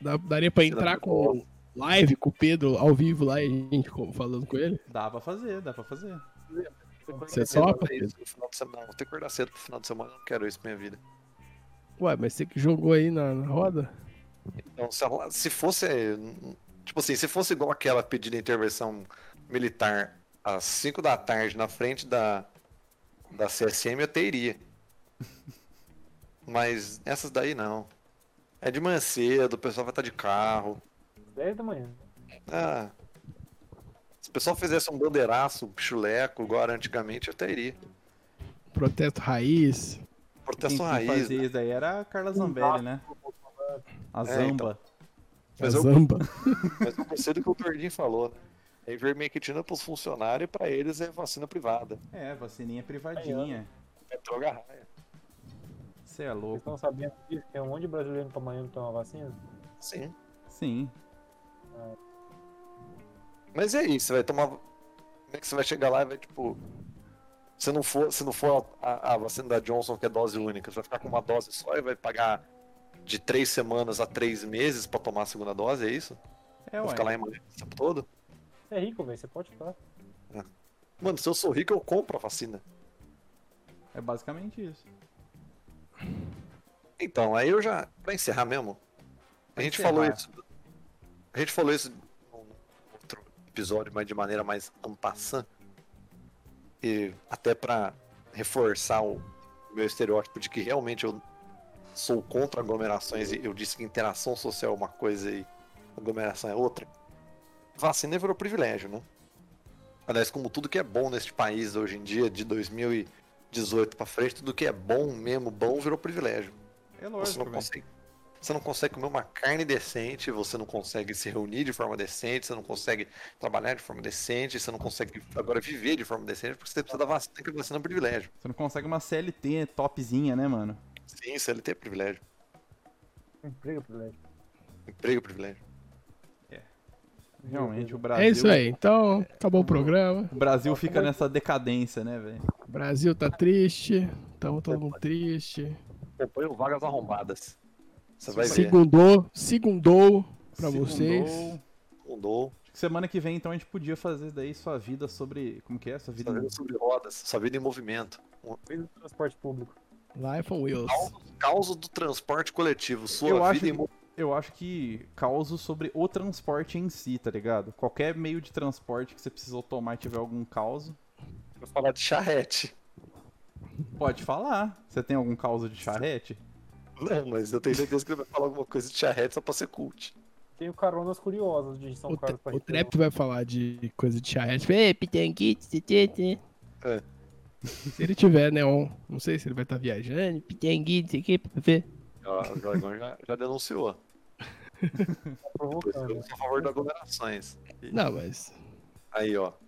Speaker 1: dá- daria pra entrar com live com o Pedro ao vivo lá e a gente co- falando com ele?
Speaker 3: Dá pra fazer, dá pra fazer.
Speaker 4: Tá
Speaker 1: Você topa,
Speaker 4: Fazer isso no final de semana. Vou ter que acordar cedo pro final de semana. eu Não quero isso pra minha vida.
Speaker 1: Ué, mas você que jogou aí na, na roda?
Speaker 4: Então, se, ela- se fosse. eh, n- Tipo assim, se fosse igual aquela pedida intervenção militar às 5 da tarde na frente da, da CSM, eu teria. Mas essas daí não. É de manhã cedo, o pessoal vai estar de carro.
Speaker 5: 10 da manhã.
Speaker 4: Ah, se o pessoal fizesse um bandeiraço, chuleco, agora antigamente, eu teria.
Speaker 1: Protesto raiz.
Speaker 3: Quem,
Speaker 4: Protesto
Speaker 3: quem
Speaker 4: raiz. né? Um
Speaker 3: fazia isso daí era a Carla Zambelli, né? A
Speaker 4: É, então.
Speaker 3: Zamba.
Speaker 1: A
Speaker 4: Mas eu-
Speaker 1: zamba.
Speaker 4: Mas eu gostei do que o Verdinho falou, né? É ivermectina pros funcionários e pra eles é vacina privada.
Speaker 3: É, vacininha privadinha.
Speaker 4: É droga raia.
Speaker 3: Você é
Speaker 5: Vocês
Speaker 3: louco.
Speaker 5: estão sabendo disso? Tem um monte de brasileiro pra amanhã que toma vacina?
Speaker 4: Sim.
Speaker 3: Sim.
Speaker 4: Mas é isso, você vai tomar. Como é que você vai chegar lá e vai, tipo. Se não for, se não for a, a vacina da Johnson, que é dose única, você vai ficar com uma dose só e vai pagar de três semanas a três meses pra tomar a segunda dose, é isso?
Speaker 3: É,
Speaker 4: Vai
Speaker 3: ué.
Speaker 4: ficar lá em emergência o tempo todo?
Speaker 5: Você é rico, velho. Você pode ficar.
Speaker 4: Mano, se eu sou rico, eu compro a vacina.
Speaker 3: É basicamente isso.
Speaker 4: Então, aí eu já. Pra encerrar mesmo. A gente
Speaker 3: encerrar.
Speaker 4: falou isso. A gente falou isso num outro episódio, mas de maneira mais ampassã. E até pra reforçar o meu estereótipo de que realmente eu sou contra aglomerações e eu disse que interação social é uma coisa e aglomeração é outra. Vacina virou privilégio, né? Aliás, como tudo que é bom neste país hoje em dia, de 2018 pra frente, tudo que é bom mesmo, bom virou privilégio.
Speaker 3: É
Speaker 4: Você
Speaker 3: lógico,
Speaker 4: não,
Speaker 3: velho.
Speaker 4: consegue, você não consegue comer uma carne decente, você não consegue se reunir de forma decente, você não consegue trabalhar de forma decente, você não consegue agora viver de forma decente, porque você precisa da vacina, que a vacina é um privilégio.
Speaker 3: Você não consegue uma CLT topzinha, né, mano?
Speaker 4: Sim, CLT é privilégio.
Speaker 5: Emprego, privilégio.
Speaker 4: Emprego é privilégio.
Speaker 3: Realmente, o Brasil.
Speaker 1: É isso aí. Então, acabou o programa.
Speaker 3: O Brasil fica nessa decadência, né, velho?
Speaker 1: O Brasil tá triste. Tamo todo mundo triste.
Speaker 4: Acompanha o Vagas Arrombadas. Você vai ver.
Speaker 1: Segundou. Segundou pra
Speaker 3: Segundou.
Speaker 1: vocês.
Speaker 4: Mudou.
Speaker 3: Acho que Semana que vem, então, a gente podia fazer daí sua vida sobre. Como que é? Sua vida.
Speaker 4: Sua vida sobre rodas, sua vida em movimento. Um
Speaker 5: Fez o transporte público.
Speaker 1: Life on Wheels.
Speaker 4: Caos do transporte coletivo, sua
Speaker 3: Eu
Speaker 4: vida
Speaker 3: acho
Speaker 4: em
Speaker 3: que-
Speaker 4: movimento.
Speaker 3: Eu acho que causa sobre o transporte em si, tá ligado? Qualquer meio de transporte que você precisou tomar e tiver algum caos,
Speaker 4: Vou falar de charrete.
Speaker 3: pode falar. Você tem algum caos de charrete?
Speaker 4: Não, mas eu tenho certeza que ele vai falar alguma coisa de charrete só pra ser cult.
Speaker 5: O tenho caronas curiosas de São
Speaker 1: O,
Speaker 5: Carlos
Speaker 1: tra-
Speaker 5: pra
Speaker 1: o
Speaker 5: Ribeirão.
Speaker 1: Trap vai falar de coisa de Cheyenne. Tipo, "Ei, Pitangit, tê, tê, tê."
Speaker 4: É.
Speaker 1: Se ele tiver neon, não sei se ele vai estar viajando. Pitanguit, isso aqui, PPP.
Speaker 4: Ó, O Dragão já, já denunciou.
Speaker 5: Tá
Speaker 4: Por isso que
Speaker 5: provocando.
Speaker 1: é Então,
Speaker 4: eu sou
Speaker 1: né?
Speaker 4: a favor de aglomerações.
Speaker 1: Não, mas.
Speaker 4: Aí, ó.
Speaker 1: O cara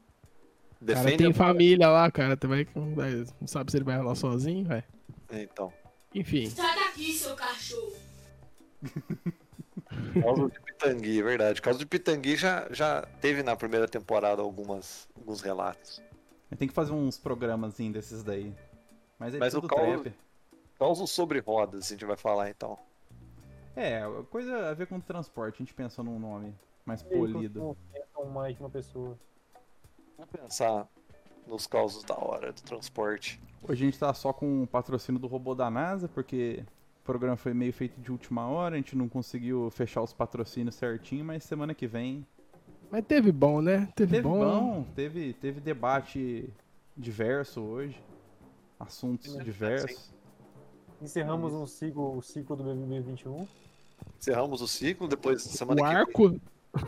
Speaker 4: Defende
Speaker 1: tem
Speaker 4: a...
Speaker 1: família lá, cara. Também que não vai- não sabe se ele vai rolar sozinho, vai.
Speaker 4: É, Então,
Speaker 1: Enfim.
Speaker 7: Sai daqui, seu cachorro.
Speaker 4: causa de Pitangui, é verdade. Causa de Pitangui já, já teve na primeira temporada algumas, alguns relatos.
Speaker 3: Tem que fazer uns programas desses daí. Mas é
Speaker 4: Mas o
Speaker 3: tudo
Speaker 4: Caulo-
Speaker 3: trap.
Speaker 4: Causa sobre rodas, a gente vai falar então.
Speaker 3: É, coisa a ver com transporte, a gente pensou num nome mais
Speaker 5: Por que um que
Speaker 3: polido.
Speaker 5: não tentam mais de uma pessoa.
Speaker 4: Vamos pensar nos causos da hora do transporte.
Speaker 3: Hoje a gente tá só com o patrocínio do robô da NASA, porque o programa foi meio feito de última hora, a gente não conseguiu fechar os patrocínios certinho, mas semana que vem.
Speaker 1: Mas teve bom, né? Teve,
Speaker 3: Teve
Speaker 1: bom.
Speaker 3: bom, teve, teve debate diverso hoje. Assuntos diversos.
Speaker 5: Encerramos um ciclo, o ciclo do BBB 21.
Speaker 4: Encerramos o ciclo, depois semana
Speaker 1: O
Speaker 4: que
Speaker 1: arco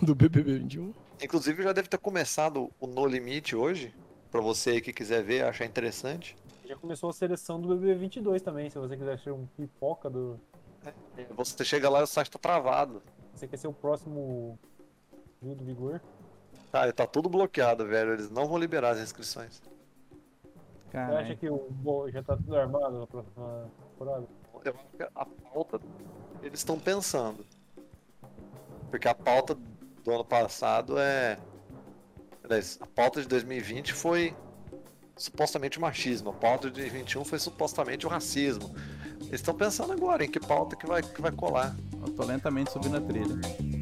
Speaker 1: do BBB 21.
Speaker 4: vem. Inclusive já deve ter começado o No Limite hoje. Pra você aí que quiser ver, achar interessante.
Speaker 5: Já começou a seleção do BBB 22 também, se você quiser ser um pipoca do...
Speaker 4: É, Você chega lá e o site tá travado.
Speaker 5: Você quer ser o próximo Gil do Vigor?
Speaker 4: Tá, tá tudo bloqueado, velho. Eles não vão liberar as inscrições.
Speaker 5: Você acha
Speaker 3: Caralho.
Speaker 5: que o Bo já tá tudo armado na próxima temporada?
Speaker 4: Eu acho que a pauta eles estão pensando. Porque a pauta do ano passado é. Aliás, a pauta de 2020 foi supostamente o machismo, a pauta de 2021 foi supostamente o racismo. Eles estão pensando agora em que pauta que vai, que vai colar.
Speaker 3: Eu tô lentamente subindo a trilha.